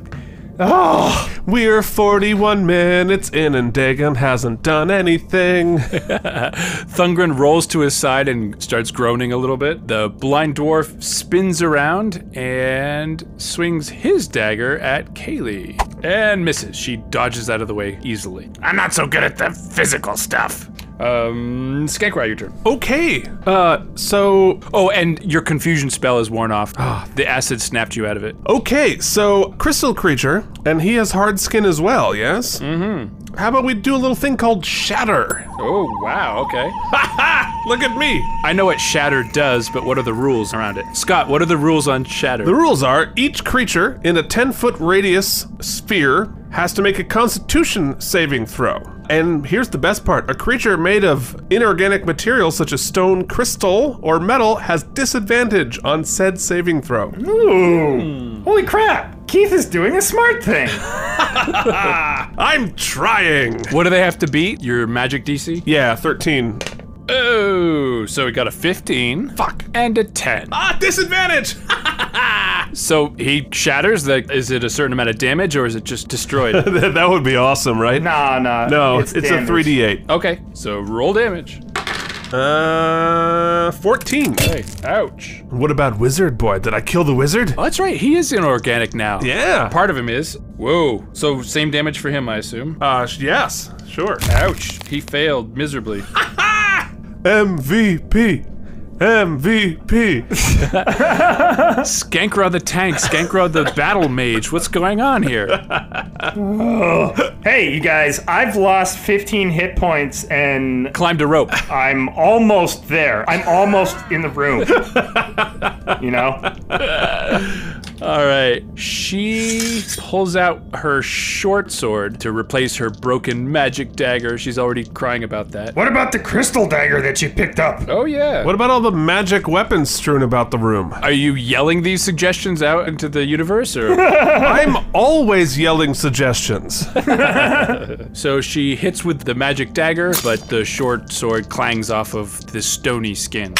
[SPEAKER 7] Oh,
[SPEAKER 1] We're 41 minutes in and Dagon hasn't done anything.
[SPEAKER 4] Thungren rolls to his side and starts groaning a little bit. The blind dwarf spins around and swings his dagger at Kaylee and misses. She dodges out of the way easily.
[SPEAKER 3] I'm not so good at the physical stuff.
[SPEAKER 4] Um, Skankrai, your turn.
[SPEAKER 1] okay. Uh, so
[SPEAKER 4] Oh, and your confusion spell is worn off. the acid snapped you out of it.
[SPEAKER 1] Okay, so crystal creature, and he has hard skin as well, yes? Mm-hmm. How about we do a little thing called shatter?
[SPEAKER 4] Oh, wow, okay.
[SPEAKER 1] Look at me.
[SPEAKER 4] I know what Shatter does, but what are the rules around it? Scott, what are the rules on Shatter?
[SPEAKER 1] The rules are each creature in a 10 foot radius sphere has to make a constitution saving throw. And here's the best part a creature made of inorganic materials such as stone, crystal, or metal has disadvantage on said saving throw.
[SPEAKER 7] ooh. holy crap! Keith is doing a smart thing.
[SPEAKER 1] I'm trying.
[SPEAKER 4] what do they have to beat? Your magic DC?
[SPEAKER 1] Yeah, 13.
[SPEAKER 4] Oh, so we got a 15.
[SPEAKER 1] Fuck.
[SPEAKER 4] And a 10.
[SPEAKER 1] Ah, disadvantage!
[SPEAKER 4] So he shatters. The, is it a certain amount of damage or is it just destroyed?
[SPEAKER 1] that would be awesome, right?
[SPEAKER 7] Nah, nah.
[SPEAKER 1] No, it's, it's a
[SPEAKER 7] damaged.
[SPEAKER 1] 3d8.
[SPEAKER 4] okay, so roll damage.
[SPEAKER 1] Uh, 14.
[SPEAKER 4] Hey, ouch.
[SPEAKER 1] What about Wizard Boy? Did I kill the wizard?
[SPEAKER 4] Oh, that's right. He is inorganic now.
[SPEAKER 1] Yeah.
[SPEAKER 4] Part of him is. Whoa. So same damage for him, I assume.
[SPEAKER 1] Uh, sh- yes, sure.
[SPEAKER 4] Ouch. He failed miserably.
[SPEAKER 1] MVP. MVP.
[SPEAKER 4] Skankra the tank, Skankra the battle mage. What's going on here?
[SPEAKER 7] Hey, you guys, I've lost 15 hit points and
[SPEAKER 4] Climbed a rope.
[SPEAKER 7] I'm almost there. I'm almost in the room. you know?
[SPEAKER 4] All right. She pulls out her short sword to replace her broken magic dagger. She's already crying about that.
[SPEAKER 7] What about the crystal dagger that you picked up?
[SPEAKER 4] Oh, yeah.
[SPEAKER 1] What about all the magic weapons strewn about the room?
[SPEAKER 4] Are you yelling these suggestions out into the universe or?
[SPEAKER 1] I'm always yelling suggestions.
[SPEAKER 4] So she hits with the magic dagger, but the short sword clangs off of the stony skin.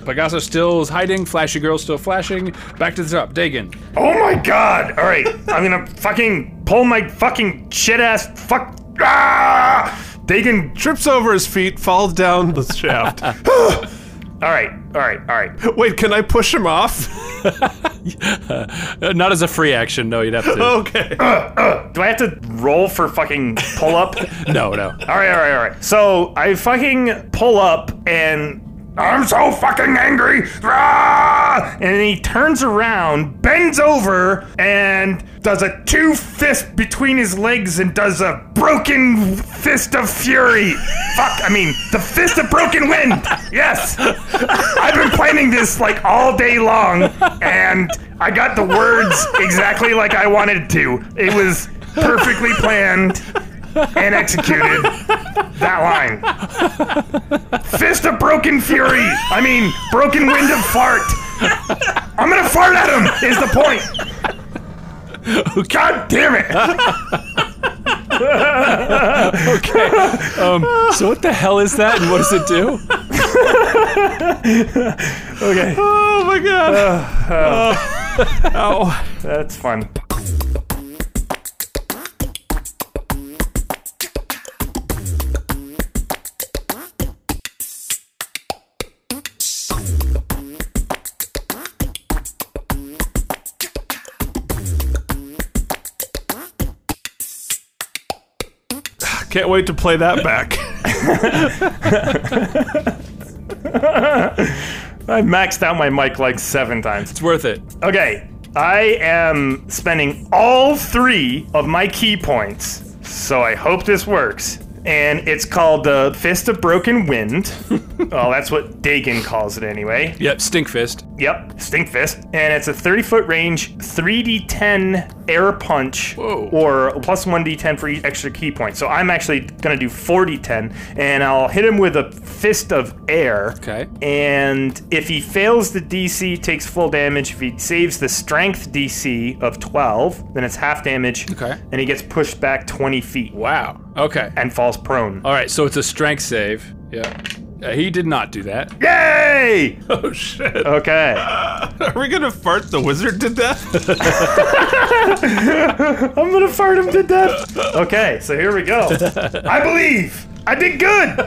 [SPEAKER 4] Pegaso still is hiding, Flashy Girl still flashing. Back to the top, Dagon.
[SPEAKER 7] Oh my god! All right, I'm gonna fucking pull my fucking shit ass fuck. Ah! Dagon.
[SPEAKER 1] Trips over his feet, falls down the shaft.
[SPEAKER 7] All right, all right, all right.
[SPEAKER 1] Wait, can I push him off?
[SPEAKER 4] Uh, Not as a free action, no, you'd have to.
[SPEAKER 1] Okay.
[SPEAKER 7] Do I have to roll for fucking pull up?
[SPEAKER 4] No, no.
[SPEAKER 7] All right, all right, all right. So I fucking pull up and I'm so fucking angry. Ah! And he turns around, bends over, and does a two fist between his legs and does a broken fist of fury. Fuck, I mean, the fist of broken wind. Yes. I've been planning this like all day long, and I got the words exactly like I wanted to. It was perfectly planned and executed that line. Fist of broken fury. I mean, broken wind of fart. I'm gonna fart at him. Is the point? God damn it!
[SPEAKER 4] So what the hell is that and what does it do?
[SPEAKER 7] Okay,
[SPEAKER 1] Oh my god.
[SPEAKER 4] Uh, Oh.
[SPEAKER 7] that's fun.
[SPEAKER 1] Can't wait to play that back.
[SPEAKER 7] I maxed out my mic like seven times.
[SPEAKER 4] It's worth it.
[SPEAKER 7] Okay, I am spending all three of my key points, so I hope this works. And it's called the Fist of Broken Wind. oh, that's what Dagon calls it anyway.
[SPEAKER 4] Yep, stink fist.
[SPEAKER 7] Yep, Stink Fist. And it's a 30 foot range, 3d10 air punch, or plus 1d10 for each extra key point. So I'm actually going to do 4d10, and I'll hit him with a Fist of Air.
[SPEAKER 4] Okay.
[SPEAKER 7] And if he fails the DC, takes full damage. If he saves the Strength DC of 12, then it's half damage.
[SPEAKER 4] Okay.
[SPEAKER 7] And he gets pushed back 20 feet.
[SPEAKER 4] Wow. Okay.
[SPEAKER 3] and falls prone.
[SPEAKER 4] All right. So it's a strength save. Yeah. Uh, he did not do that.
[SPEAKER 3] Yay!
[SPEAKER 4] Oh shit.
[SPEAKER 3] Okay.
[SPEAKER 10] Are we gonna fart the wizard to death?
[SPEAKER 3] I'm gonna fart him to death. Okay, so here we go. I believe I did good.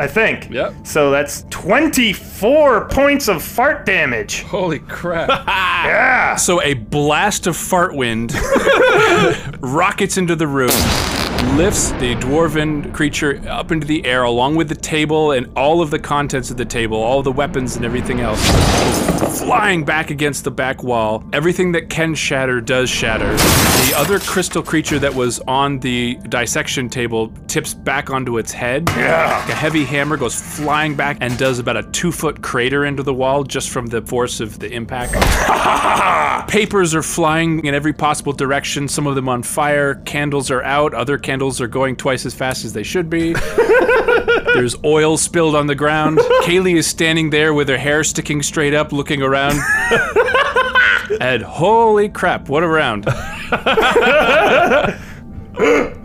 [SPEAKER 3] I think.
[SPEAKER 4] Yep.
[SPEAKER 3] So that's 24 points of fart damage.
[SPEAKER 4] Holy crap. So a blast of fart wind rockets into the room, lifts the dwarven creature up into the air along with the table and all of the contents of the table, all the weapons and everything else, flying back against the back wall. Everything that can shatter does shatter. The other crystal creature that was on the dissection table tips back onto its head. Like a heavy hammer goes flying back and does about a two foot crater into the wall just from the force of the impact. Papers are flying in every possible direction, some of them on fire. Candles are out, other candles are going twice as fast as they should be. There's oil spilled on the ground. Kaylee is standing there with her hair sticking straight up, looking around. and holy crap, what a round.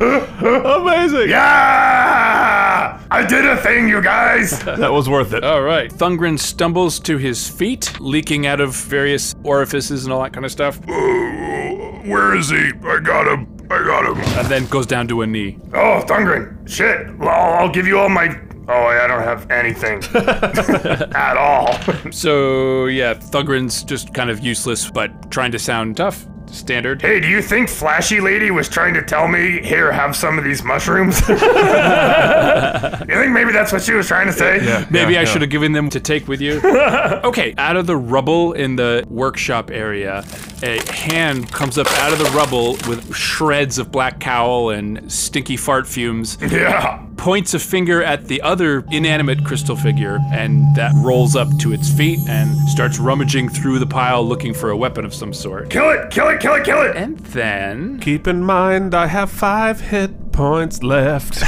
[SPEAKER 10] Amazing.
[SPEAKER 3] Yeah! I did a thing, you guys.
[SPEAKER 6] Uh,
[SPEAKER 10] That was worth it.
[SPEAKER 4] All right. Thungren stumbles to his feet, leaking out of various orifices and all that kind of stuff,
[SPEAKER 6] Where is he? I got him. I got him.
[SPEAKER 4] and then goes down to a knee.
[SPEAKER 3] Oh, Thungren. Shit. Well, I'll give you all my. Oh, I don't have anything at all.
[SPEAKER 4] So, yeah, Thungren's just kind of useless, but trying to sound tough. Standard.
[SPEAKER 3] Hey, do you think Flashy Lady was trying to tell me, here, have some of these mushrooms? you think maybe that's what she was trying to say?
[SPEAKER 4] Maybe I should have given them to take with you. okay, out of the rubble in the workshop area, a hand comes up out of the rubble with shreds of black cowl and stinky fart fumes,
[SPEAKER 3] Yeah.
[SPEAKER 4] points a finger at the other inanimate crystal figure, and that rolls up to its feet and starts rummaging through the pile looking for a weapon of some sort.
[SPEAKER 3] Kill it, kill it, kill it, kill it.
[SPEAKER 4] And then
[SPEAKER 1] Keep in mind, I have five hit points left.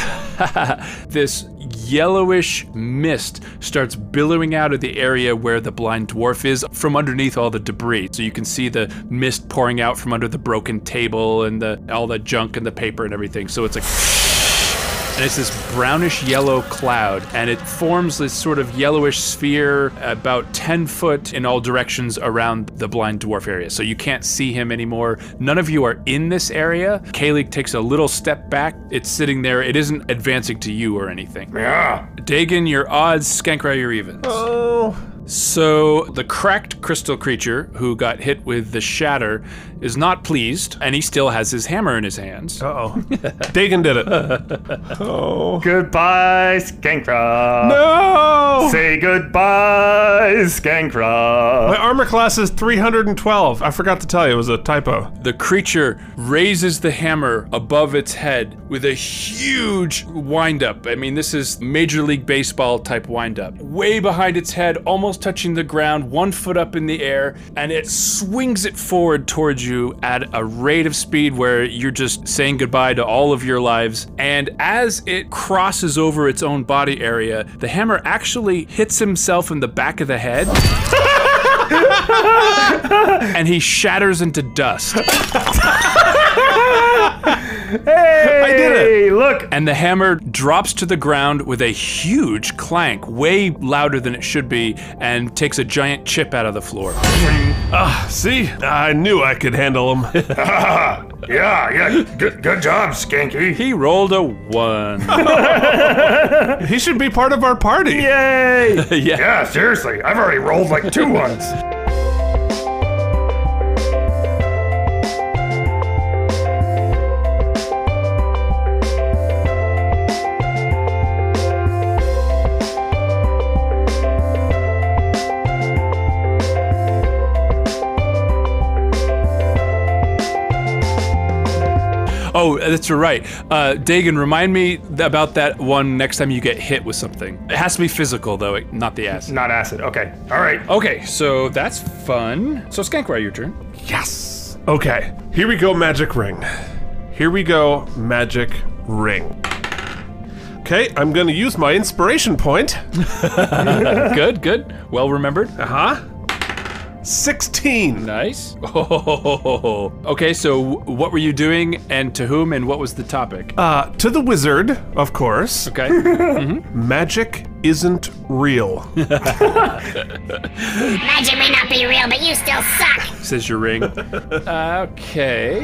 [SPEAKER 4] this yellowish mist starts billowing out of the area where the blind dwarf is from underneath all the debris. So you can see the mist pouring out from under the broken table and the all the junk and the paper and everything. So it's like and it's this brownish yellow cloud, and it forms this sort of yellowish sphere about 10 foot in all directions around the blind dwarf area. So you can't see him anymore. None of you are in this area. Kalik takes a little step back. It's sitting there, it isn't advancing to you or anything.
[SPEAKER 3] Yeah.
[SPEAKER 4] Dagon, your odds, Skankrai, your evens.
[SPEAKER 1] Oh,
[SPEAKER 4] So the cracked crystal creature who got hit with the shatter is not pleased, and he still has his hammer in his hands.
[SPEAKER 1] uh-oh. Dagon did it. Oh.
[SPEAKER 3] Goodbye, Skankra.
[SPEAKER 1] No!
[SPEAKER 3] Say goodbye, Skankra.
[SPEAKER 1] My armor class is 312. I forgot to tell you, it was a typo.
[SPEAKER 4] The creature raises the hammer above its head with a huge windup. I mean, this is Major League Baseball type windup. Way behind its head, almost touching the ground, one foot up in the air, and it swings it forward towards you at a rate of speed where you're just saying goodbye to all of your lives. And as it crosses over its own body area, the hammer actually hits himself in the back of the head and he shatters into dust.
[SPEAKER 3] Hey, I
[SPEAKER 1] did it.
[SPEAKER 3] Look,
[SPEAKER 4] and the hammer drops to the ground with a huge clank, way louder than it should be, and takes a giant chip out of the floor.
[SPEAKER 1] See? I knew I could handle him.
[SPEAKER 3] yeah, yeah. Good, good job, Skanky.
[SPEAKER 4] He rolled a one.
[SPEAKER 1] he should be part of our party.
[SPEAKER 3] Yay! Yeah, seriously, I've already rolled like two ones.
[SPEAKER 4] oh, that's right. Uh, Dagon, remind me th- about that one next time you get hit with something. It has to be physical, though, it- not the ass.
[SPEAKER 3] Not acid. Okay. All right.
[SPEAKER 4] Okay, so that's fun. So, Skankrai, your turn.
[SPEAKER 1] Yes. Okay. Here we go, magic ring. Here we go, magic ring. Okay, I'm gonna use my inspiration point.
[SPEAKER 4] Good, good. Well remembered.
[SPEAKER 1] Uh huh. 16.
[SPEAKER 4] Nice. Oh. Okay, so w- what were you doing and to whom and what was the topic?
[SPEAKER 1] Uh, to the wizard, of course.
[SPEAKER 4] Okay.
[SPEAKER 1] Magic isn't real.
[SPEAKER 8] Magic may not be real, but you still suck.
[SPEAKER 4] Says your ring. okay.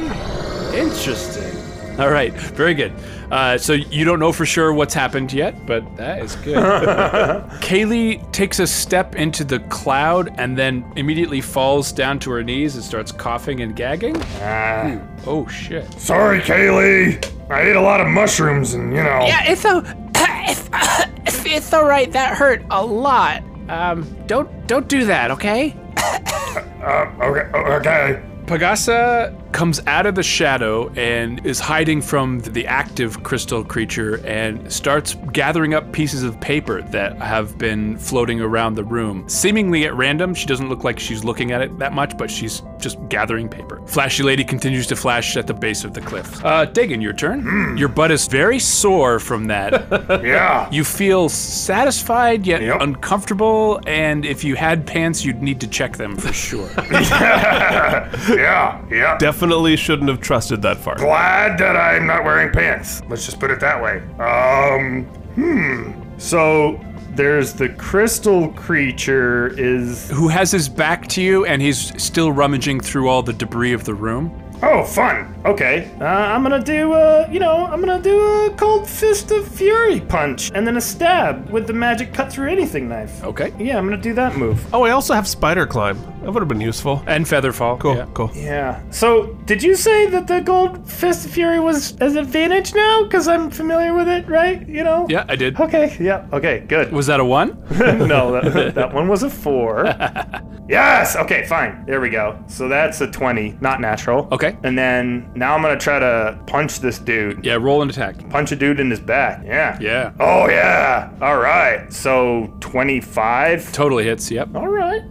[SPEAKER 4] Interesting. All right, very good. Uh, so you don't know for sure what's happened yet, but that is good. Kaylee takes a step into the cloud and then immediately falls down to her knees and starts coughing and gagging. Oh shit.
[SPEAKER 7] Sorry, Kaylee. I ate a lot of mushrooms and, you know.
[SPEAKER 11] Yeah, it's a, if, if it's all right. That hurt a lot. Um, don't don't do that, okay?
[SPEAKER 7] Okay, okay.
[SPEAKER 4] Pagasa comes out of the shadow and is hiding from the active crystal creature and starts gathering up pieces of paper that have been floating around the room, seemingly at random. She doesn't look like she's looking at it that much, but she's just gathering paper. Flashy Lady continues to flash at the base of the cliff. Uh, Dagon, your turn. Your butt is very sore from that.
[SPEAKER 7] Yeah.
[SPEAKER 4] you feel satisfied yet
[SPEAKER 7] Yep.
[SPEAKER 4] uncomfortable, and if you had pants, you'd need to check them for sure.
[SPEAKER 7] Yeah. Yeah.
[SPEAKER 1] Definitely shouldn't have trusted that far.
[SPEAKER 7] Glad that I'm not wearing pants. Let's just put it that way. Um, hmm. So there's the crystal creature is
[SPEAKER 4] who has his back to you and he's still rummaging through all the debris of the room.
[SPEAKER 7] Oh, fun. Okay. Uh, I'm gonna do a, you know, I'm gonna do a cold fist of fury punch and then a stab with the magic cut through anything knife.
[SPEAKER 4] Okay.
[SPEAKER 7] Yeah, I'm gonna do that move.
[SPEAKER 1] Oh, I also have spider climb. That would have been useful.
[SPEAKER 4] And Featherfall.
[SPEAKER 1] Cool,
[SPEAKER 4] yeah.
[SPEAKER 1] cool.
[SPEAKER 7] Yeah. So, did you say that the gold fist of fury was as advantage now? Because I'm familiar with it, right? You know.
[SPEAKER 4] Yeah, I did.
[SPEAKER 7] Okay. Yeah. Okay. Good.
[SPEAKER 4] Was that a one?
[SPEAKER 7] no, that, that one was a four. yes. Okay. Fine. There we go. So that's a twenty, not natural.
[SPEAKER 4] Okay.
[SPEAKER 7] And then now I'm gonna try to punch this dude.
[SPEAKER 4] Yeah, roll an attack.
[SPEAKER 7] Punch a dude in his back. Yeah.
[SPEAKER 4] Yeah.
[SPEAKER 7] Oh yeah. All right. So twenty-five.
[SPEAKER 4] Totally hits, yep.
[SPEAKER 7] All right.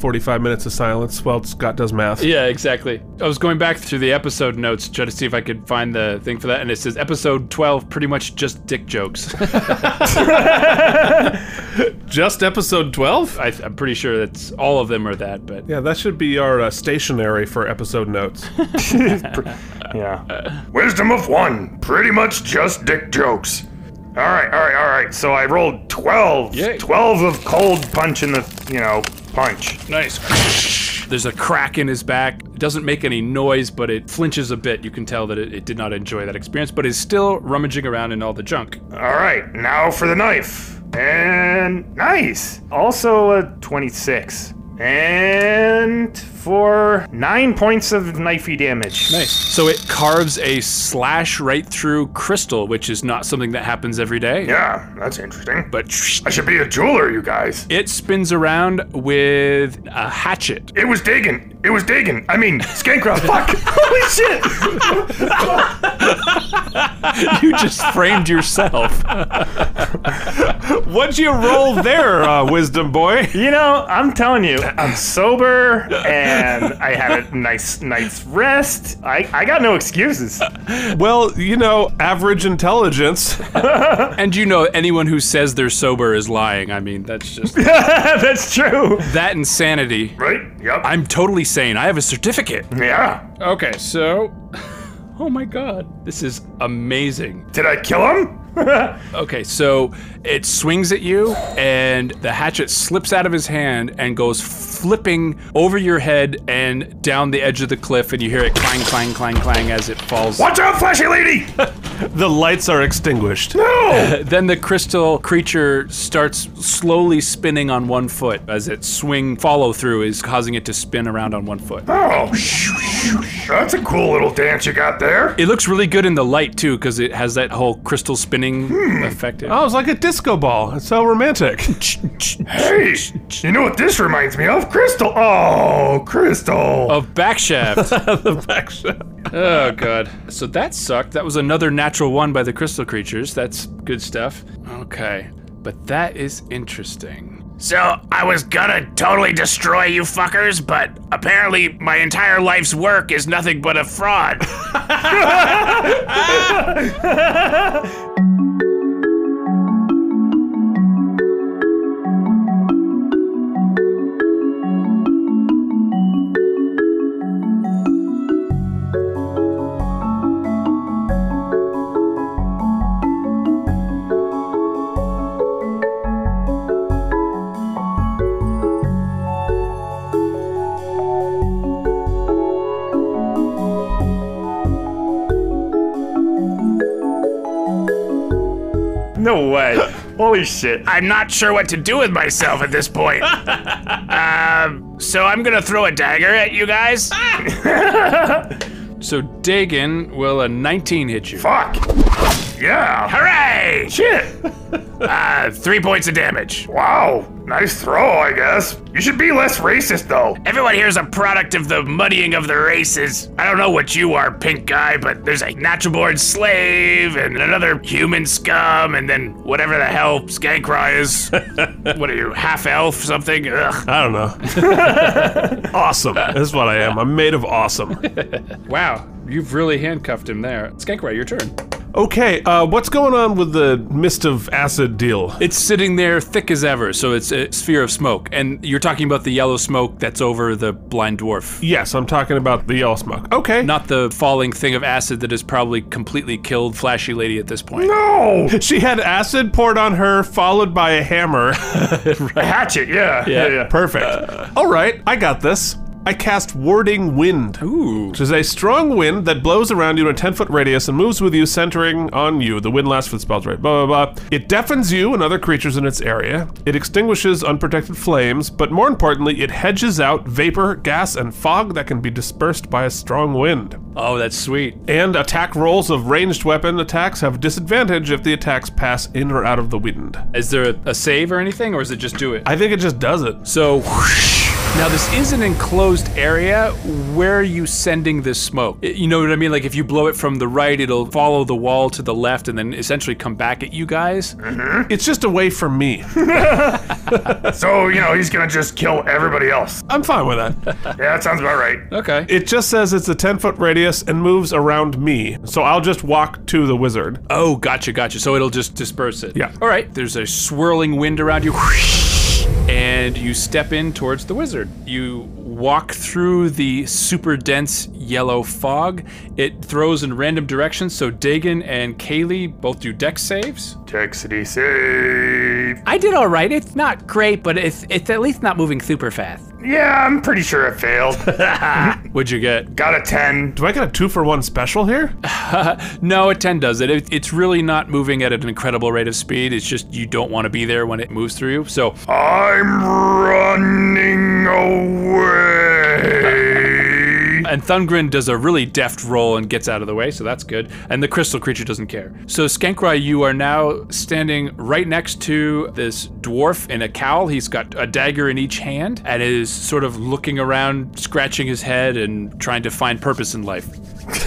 [SPEAKER 1] 45 minutes of silence while Scott does math.
[SPEAKER 4] Yeah, exactly. I was going back through the episode notes to try to see if I could find the thing for that, and it says episode 12, pretty much just dick jokes.
[SPEAKER 1] Just episode 12?
[SPEAKER 4] I, I'm pretty sure that's all of them are that, but
[SPEAKER 1] Yeah, that should be our uh, stationary for episode notes.
[SPEAKER 7] Yeah.
[SPEAKER 3] Wisdom of one, pretty much just dick jokes.
[SPEAKER 7] All right. All right. All right. So I rolled twelve.
[SPEAKER 4] Yay.
[SPEAKER 7] Twelve of cold punch in the you know punch.
[SPEAKER 4] nice. There's a crack in his back. It doesn't make any noise, but it flinches a bit. You can tell that it, it did not enjoy that experience, but is still rummaging around in all the junk.
[SPEAKER 7] All right, now for the knife. And nice. Also a 26. And for nine points of knifey damage.
[SPEAKER 4] Nice. So it carves a slash right through crystal, which is not something that happens every day.
[SPEAKER 3] Yeah, ah, that's interesting.
[SPEAKER 4] But
[SPEAKER 3] I should be a jeweler, you guys.
[SPEAKER 4] it spins around with a hatchet.
[SPEAKER 3] It was Dagon. It was Dagon. I mean, Skankra. Fuck. Holy shit.
[SPEAKER 4] You just framed yourself.
[SPEAKER 1] What'd you roll there, uh, wisdom boy?
[SPEAKER 7] You know, I'm telling you, I'm sober and I had a nice night's rest. I, I got no excuses.
[SPEAKER 1] Well, you know, average intelligence.
[SPEAKER 4] And you know, anyone who says they're sober is lying. I mean, that's just
[SPEAKER 7] That's true.
[SPEAKER 4] that insanity.
[SPEAKER 3] Right? Yep.
[SPEAKER 4] I'm totally sane. I have a certificate.
[SPEAKER 3] yeah.
[SPEAKER 4] Okay, so. Oh my god. This is amazing.
[SPEAKER 3] Did I kill him?
[SPEAKER 4] Okay, so it swings at you, and the hatchet slips out of his hand and goes flipping over your head and down the edge of the cliff, and you hear it clang, clang, clang, clang as it falls.
[SPEAKER 3] Watch out, flashy lady.
[SPEAKER 1] the lights are extinguished.
[SPEAKER 3] No.
[SPEAKER 4] Then the crystal creature starts slowly spinning on one foot as its swing follow through is causing it to spin around on one foot.
[SPEAKER 3] Oh. That's a cool little dance you got there.
[SPEAKER 4] It looks really good in the light too, because it has that whole crystal spinning effect.
[SPEAKER 1] Oh, it's like a disco ball. It's so romantic.
[SPEAKER 3] Hey, you know what this reminds me of? Crystal. Oh, Crystal.
[SPEAKER 4] Of backshaft. oh god. So that sucked. That was another natural one by the crystal creatures. That's good stuff. Okay. But that is interesting.
[SPEAKER 12] So I was gonna totally destroy you fuckers, but apparently my entire life's work is nothing but a fraud.
[SPEAKER 3] No way. Holy shit.
[SPEAKER 7] I'm not sure what to do with myself at this point. um, so I'm gonna throw a dagger at you guys.
[SPEAKER 4] So Dagon will a 19 hit you.
[SPEAKER 3] Fuck. Yeah.
[SPEAKER 7] Hooray!
[SPEAKER 3] Shit.
[SPEAKER 7] Uh, three points of damage.
[SPEAKER 3] Wow. Nice throw, I guess. You should be less racist, though.
[SPEAKER 7] Everyone here's a product of the muddying of the races. I don't know what you are, pink guy, but there's a natural born slave and another human scum, and then whatever the hell Skankrai is. what are you, half elf something? Ugh.
[SPEAKER 1] I don't know. awesome. That's what I am. I'm made of awesome.
[SPEAKER 4] Wow, you've really handcuffed him there. Skankrai, your turn.
[SPEAKER 1] Okay, uh, what's going on with the mist of acid deal?
[SPEAKER 4] It's sitting there thick as ever, so it's a sphere of smoke. And you're talking about the yellow smoke that's over the blind dwarf.
[SPEAKER 1] Yes, I'm talking about the yellow smoke. Okay.
[SPEAKER 4] Not the falling thing of acid that has probably completely killed Flashy Lady at this point.
[SPEAKER 3] No.
[SPEAKER 1] She had acid poured on her, followed by a hammer.
[SPEAKER 3] A hatchet, yeah. Yeah, yeah.
[SPEAKER 1] Perfect.
[SPEAKER 4] Uh.
[SPEAKER 1] All right, I got this. I cast Warding Wind,
[SPEAKER 4] Ooh.
[SPEAKER 1] which is a strong wind that blows around you in a 10 foot radius and moves with you, centering on you. The wind lasts for the spell's rate, blah, blah, blah. It deafens you and other creatures in its area. It extinguishes unprotected flames, but more importantly, it hedges out vapor, gas, and fog that can be dispersed by a strong wind.
[SPEAKER 4] Oh, that's sweet.
[SPEAKER 1] And attack rolls of ranged weapon attacks have disadvantage if the attacks pass in or out of the wind.
[SPEAKER 4] Is there a, a save or anything, or is it just do it?
[SPEAKER 1] I think it just does it.
[SPEAKER 4] So, whoosh. Now, this is an enclosed area. Where are you sending this smoke? I- You know what I mean? Like, if you blow it from the right, it'll follow the wall to the left and then essentially come back at you guys.
[SPEAKER 1] It's just away from me.
[SPEAKER 3] So, you know, he's gonna just kill everybody else.
[SPEAKER 1] I'm fine with that.
[SPEAKER 3] Yeah, that sounds about right.
[SPEAKER 4] Okay.
[SPEAKER 1] It just says it's a 10 foot radius and moves around me. So I'll just walk to the wizard.
[SPEAKER 4] Oh, gotcha, gotcha. So it'll just disperse it.
[SPEAKER 1] Yeah.
[SPEAKER 4] All right. There's a swirling wind around you. And you step in towards the wizard. You walk through the super dense yellow fog. It throws in random directions, so Dagon and Kaylee both do deck saves.
[SPEAKER 3] Texity save.
[SPEAKER 5] I did all right. It's not great, but it's it's at least not moving super fast.
[SPEAKER 3] Yeah, I'm pretty sure it failed.
[SPEAKER 4] What'd you get?
[SPEAKER 3] Got a 10.
[SPEAKER 1] Do I get a two for one special here?
[SPEAKER 4] No, a 10 does it. it. It's really not moving at an incredible rate of speed. It's just you don't want to be there when it moves through you. So
[SPEAKER 3] I'm running away.
[SPEAKER 4] And Thungrin does a really deft roll and gets out of the way, so that's good. And the crystal creature doesn't care. So, Skankrai, you are now standing right next to this dwarf in a cowl. He's got a dagger in each hand and is sort of looking around, scratching his head, and trying to find purpose in life.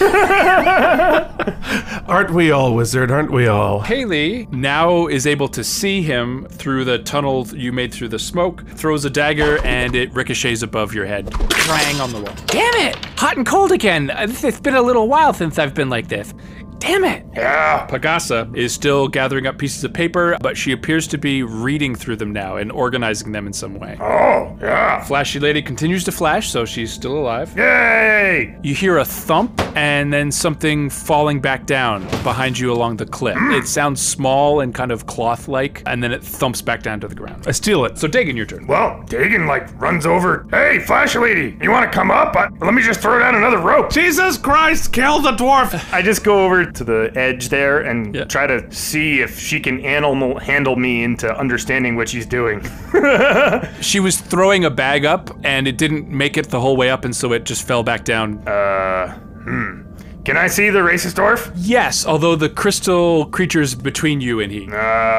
[SPEAKER 1] Aren't we all, wizard? Aren't we all?
[SPEAKER 4] Kaylee now is able to see him through the tunnel you made through the smoke, throws a dagger, and it ricochets above your head. Clang on the wall.
[SPEAKER 5] Damn it! Hot and cold again. Uh, this- It's been a little while since I've been like this. Damn it!
[SPEAKER 4] Pagasa is still gathering up pieces of paper, but she appears to be reading through them now and organizing them in some way.
[SPEAKER 3] Oh, yeah.
[SPEAKER 4] Flashy Lady continues to flash, so she's still alive.
[SPEAKER 3] Yay!
[SPEAKER 4] You hear a thump and then something falling back down behind you along the cliff.
[SPEAKER 1] Mm.
[SPEAKER 4] It sounds small and kind of cloth like, and then it thumps back down to the ground.
[SPEAKER 1] I steal it.
[SPEAKER 4] So, Dagon, your turn.
[SPEAKER 3] Well, Dagon, like, runs over. Hey, Flash Lady, you want to come up? I, let me just throw down another rope.
[SPEAKER 1] Jesus Christ, kill the dwarf!
[SPEAKER 3] I just go over to the edge there and
[SPEAKER 4] Yeah.
[SPEAKER 3] try to see if she can animal handle me into understanding what she's doing.
[SPEAKER 4] She was throwing a bag up and it didn't make it the whole way up, and so it just fell back down. uh,
[SPEAKER 3] Uh, hmm. Can I see the racist dwarf?
[SPEAKER 4] yes, although the crystal creature's between you and he.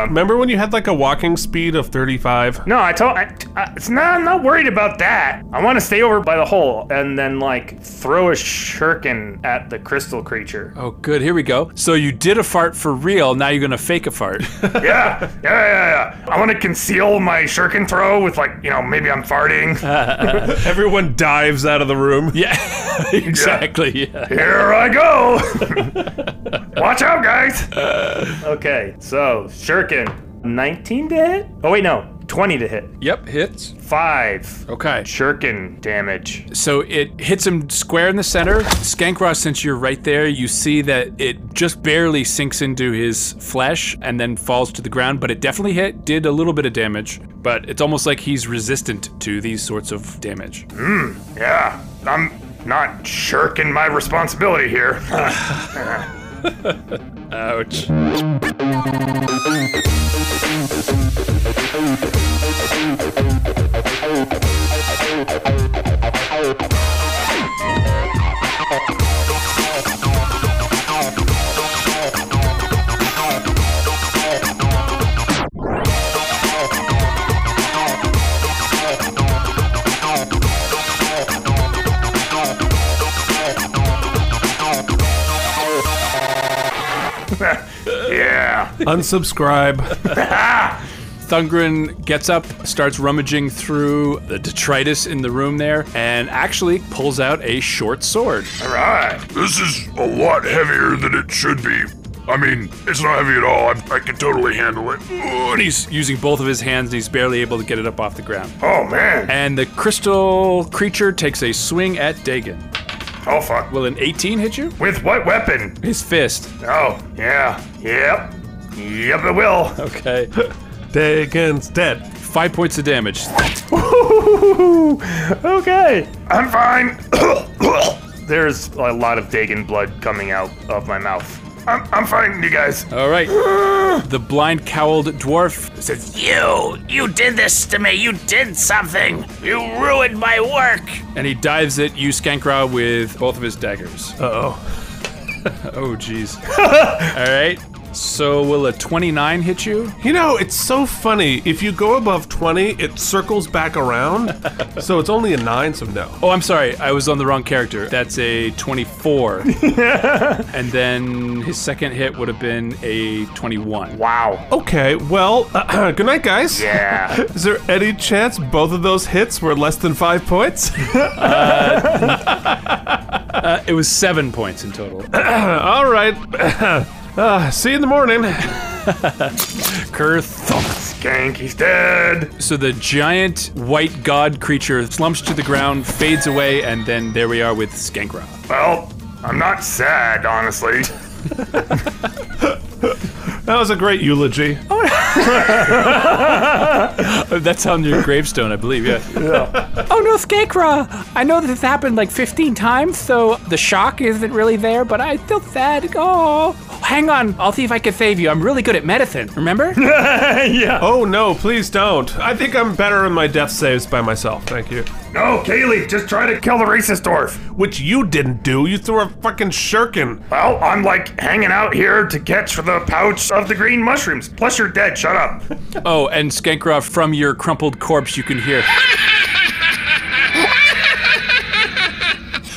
[SPEAKER 1] Remember when you had like a walking speed of 35?
[SPEAKER 3] No, I told. I, I, it's not. I'm not worried about that. I want to stay over by the hole and then like throw a shuriken at the crystal creature.
[SPEAKER 4] Oh, good. Here we go. So you did a fart for real. Now you're gonna fake a fart.
[SPEAKER 3] yeah, yeah, yeah, yeah. I want to conceal my shuriken throw with like you know maybe I'm farting.
[SPEAKER 1] Everyone dives out of the room.
[SPEAKER 4] yeah, exactly. Yeah.
[SPEAKER 3] Here I go. Watch out, guys. okay, so shuriken, 19 to hit. Oh wait, no, 20 to hit.
[SPEAKER 4] Yep. Hits.
[SPEAKER 3] Five.
[SPEAKER 4] Okay.
[SPEAKER 3] Shuriken damage.
[SPEAKER 4] So it hits him square in the center. Skankross, since you're right there, you see that it just barely sinks into his flesh and then falls to the ground. But it definitely hit. Did a little bit of damage. But it's almost like he's resistant to these sorts of damage.
[SPEAKER 3] Yeah, I'm not shirking my responsibility here.
[SPEAKER 4] Ouch.
[SPEAKER 6] yeah.
[SPEAKER 1] Unsubscribe.
[SPEAKER 4] Thungren gets up, starts rummaging through the detritus in the room there, and actually pulls out a short sword.
[SPEAKER 6] All right. This is a lot heavier than it should be. I mean, it's not heavy at all. I, I can totally handle it.
[SPEAKER 4] Ooh, and he's using both of his hands and he's barely able to get it up off the ground.
[SPEAKER 6] Oh, man.
[SPEAKER 4] And the crystal creature takes a swing at Dagon.
[SPEAKER 6] Oh fuck.
[SPEAKER 4] Will an 18 hit you?
[SPEAKER 6] With what weapon?
[SPEAKER 4] His fist.
[SPEAKER 6] Oh, yeah. Yep. Yep, it will.
[SPEAKER 4] Okay.
[SPEAKER 1] Dagon's dead.
[SPEAKER 4] Five points of damage.
[SPEAKER 3] okay. I'm fine. There's a lot of Dagon blood coming out of my mouth. I'm, I'm fine, you guys.
[SPEAKER 4] All right. the blind cowled dwarf says,
[SPEAKER 7] You! You did this to me! You did something! You ruined my work!
[SPEAKER 4] and he dives at you, Skankra, with both of his daggers. Uh oh. oh, jeez. All right. So will a 29 hit you?
[SPEAKER 1] You know, it's so funny. If you go above 20, it circles back around. so it's only a 9, so no.
[SPEAKER 4] Oh, I'm sorry. I was on the wrong character. That's a 24. and then his second hit would have been a 21.
[SPEAKER 3] Wow.
[SPEAKER 1] Okay, well, good night, guys.
[SPEAKER 3] Yeah.
[SPEAKER 1] Is there any chance both of those hits were less than five points?
[SPEAKER 4] Uh, it was seven points in total.
[SPEAKER 1] All right. uh, see you in the morning.
[SPEAKER 4] Kerr thump.
[SPEAKER 3] Gank, he's dead.
[SPEAKER 4] So the giant white god creature slumps to the ground, fades away, and then there we are with Skankra.
[SPEAKER 6] Well,
[SPEAKER 3] I'm not sad, honestly.
[SPEAKER 1] That was a great eulogy.
[SPEAKER 4] Uh, That's on your gravestone, I believe, yeah.
[SPEAKER 5] Oh no, Skakra! I know this happened like 15 times, so the shock isn't really there, but I feel sad. Oh, hang on. I'll see if I can save you. I'm really good at medicine, remember?
[SPEAKER 3] yeah.
[SPEAKER 1] Oh no, please don't. I think I'm better in my death saves by myself. Thank you.
[SPEAKER 3] No, Kaylee, just try to kill the racist dwarf.
[SPEAKER 1] Which you didn't do. You threw a fucking shirkin.
[SPEAKER 3] Well, I'm like hanging out here to catch the pouch of the green mushrooms. Plus, you're dead. Shut up.
[SPEAKER 4] Oh, and Skankra, from your crumpled corpse, you can hear.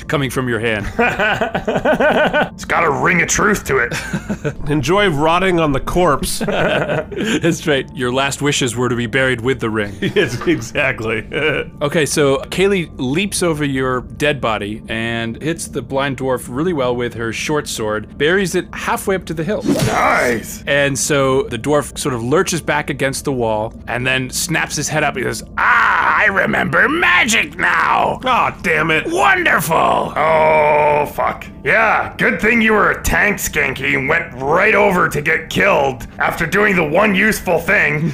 [SPEAKER 4] coming from your hand.
[SPEAKER 3] It's got a ring of truth to it.
[SPEAKER 1] Enjoy rotting on the corpse.
[SPEAKER 4] That's right. Your last wishes were to be buried with the ring.
[SPEAKER 1] yes, exactly.
[SPEAKER 4] Okay, so Kaylee leaps over your dead body and hits the blind dwarf really well with her short sword, buries it halfway up to the hilt.
[SPEAKER 3] Nice.
[SPEAKER 4] And so the dwarf sort of lurches back against the wall and then snaps his head up. He goes,
[SPEAKER 7] Ah, I remember magic now!
[SPEAKER 1] Ah, damn it.
[SPEAKER 7] Wonderful!
[SPEAKER 3] Oh, fuck. Yeah, good thing you were a tank skanky and went right over to get killed after doing the one useful thing.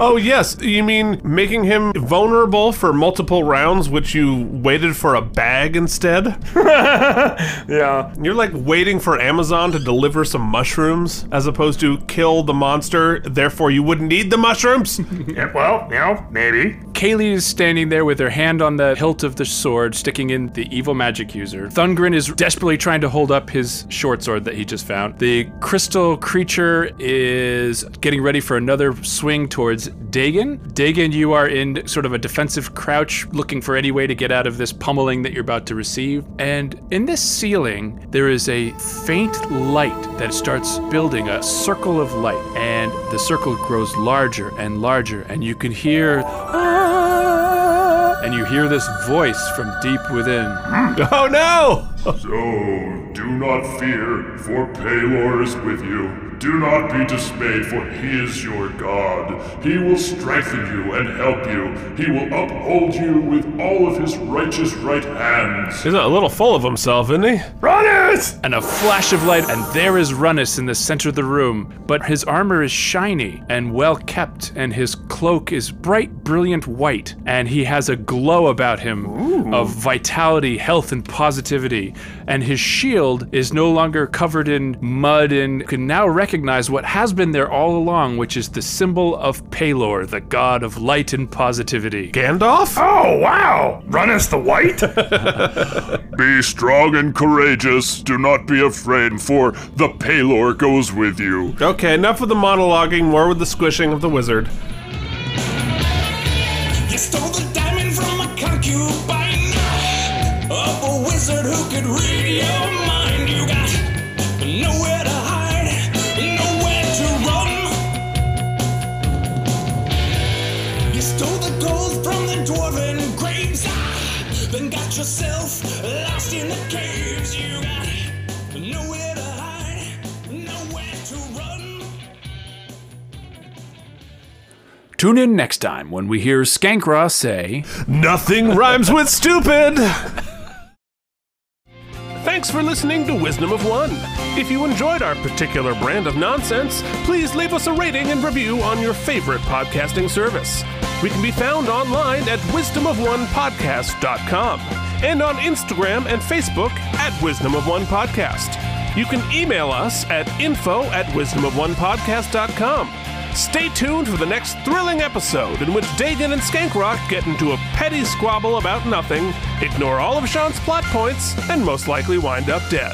[SPEAKER 1] Oh, yes. You mean making him vulnerable for multiple rounds, which you waited for a bag instead?
[SPEAKER 3] yeah.
[SPEAKER 1] You're like waiting for Amazon to deliver some mushrooms as opposed to kill the monster, therefore, you wouldn't need the mushrooms?
[SPEAKER 3] yeah. Well, you know, maybe.
[SPEAKER 4] Kaylee is standing there with her hand on the hilt of the sword, sticking in the evil magic user. Thungren is desperately trying to hold up his short sword that he just found. The crystal creature is getting ready for another swing towards Dagon. Dagon, you are in sort of a defensive crouch, looking for any way to get out of this pummeling that you're about to receive. And in this ceiling, there is a faint light that starts building a circle of light. And the circle grows larger and larger, and you can hear and you hear this voice from deep within.
[SPEAKER 1] Oh, no!
[SPEAKER 6] So, do not fear, for Palor is with you. Do not be dismayed, for he is your god. He will strengthen you and help you. He will uphold you with all of his righteous right hands.
[SPEAKER 1] He's a little full of himself, isn't he?
[SPEAKER 3] Runners! it!
[SPEAKER 4] and a flash of light, and there is Runnis in the center of the room. But his armor is shiny and well kept, and his cloak is bright, brilliant white, and he has a glow about him of vitality, health, and positivity. And his shield is no longer covered in mud and can now recognize what has been there all along, which is the symbol of Palor, the god of light and positivity.
[SPEAKER 1] Gandalf?
[SPEAKER 3] Oh, wow! Runnis the White?
[SPEAKER 6] Be strong and courageous. Do not be afraid, for the Palor goes with you.
[SPEAKER 1] Okay, enough with the monologuing, more with the squishing of the wizard.
[SPEAKER 2] You stole the diamond from a concubine of a wizard who could read your mind. You got nowhere to hide, nowhere to run. You stole the gold from the dwarven graves, then got yourself lost in the caves. You got nowhere to hide, nowhere to run.
[SPEAKER 4] Tune in next time when we hear Skankra say.
[SPEAKER 1] Nothing rhymes with stupid! Thanks for listening to Wisdom of One. If you enjoyed our particular brand of nonsense, please leave us a rating and review on your favorite podcasting service. We can be found online at wisdomofonepodcast.com and on Instagram and Facebook at Wisdom of One Podcast. You can email us at info at wisdomofonepodcast.com. Stay tuned for the next thrilling episode in which Dagon and Skankrock get into a petty squabble about nothing, ignore all of Sean's plot points, and most likely wind up dead.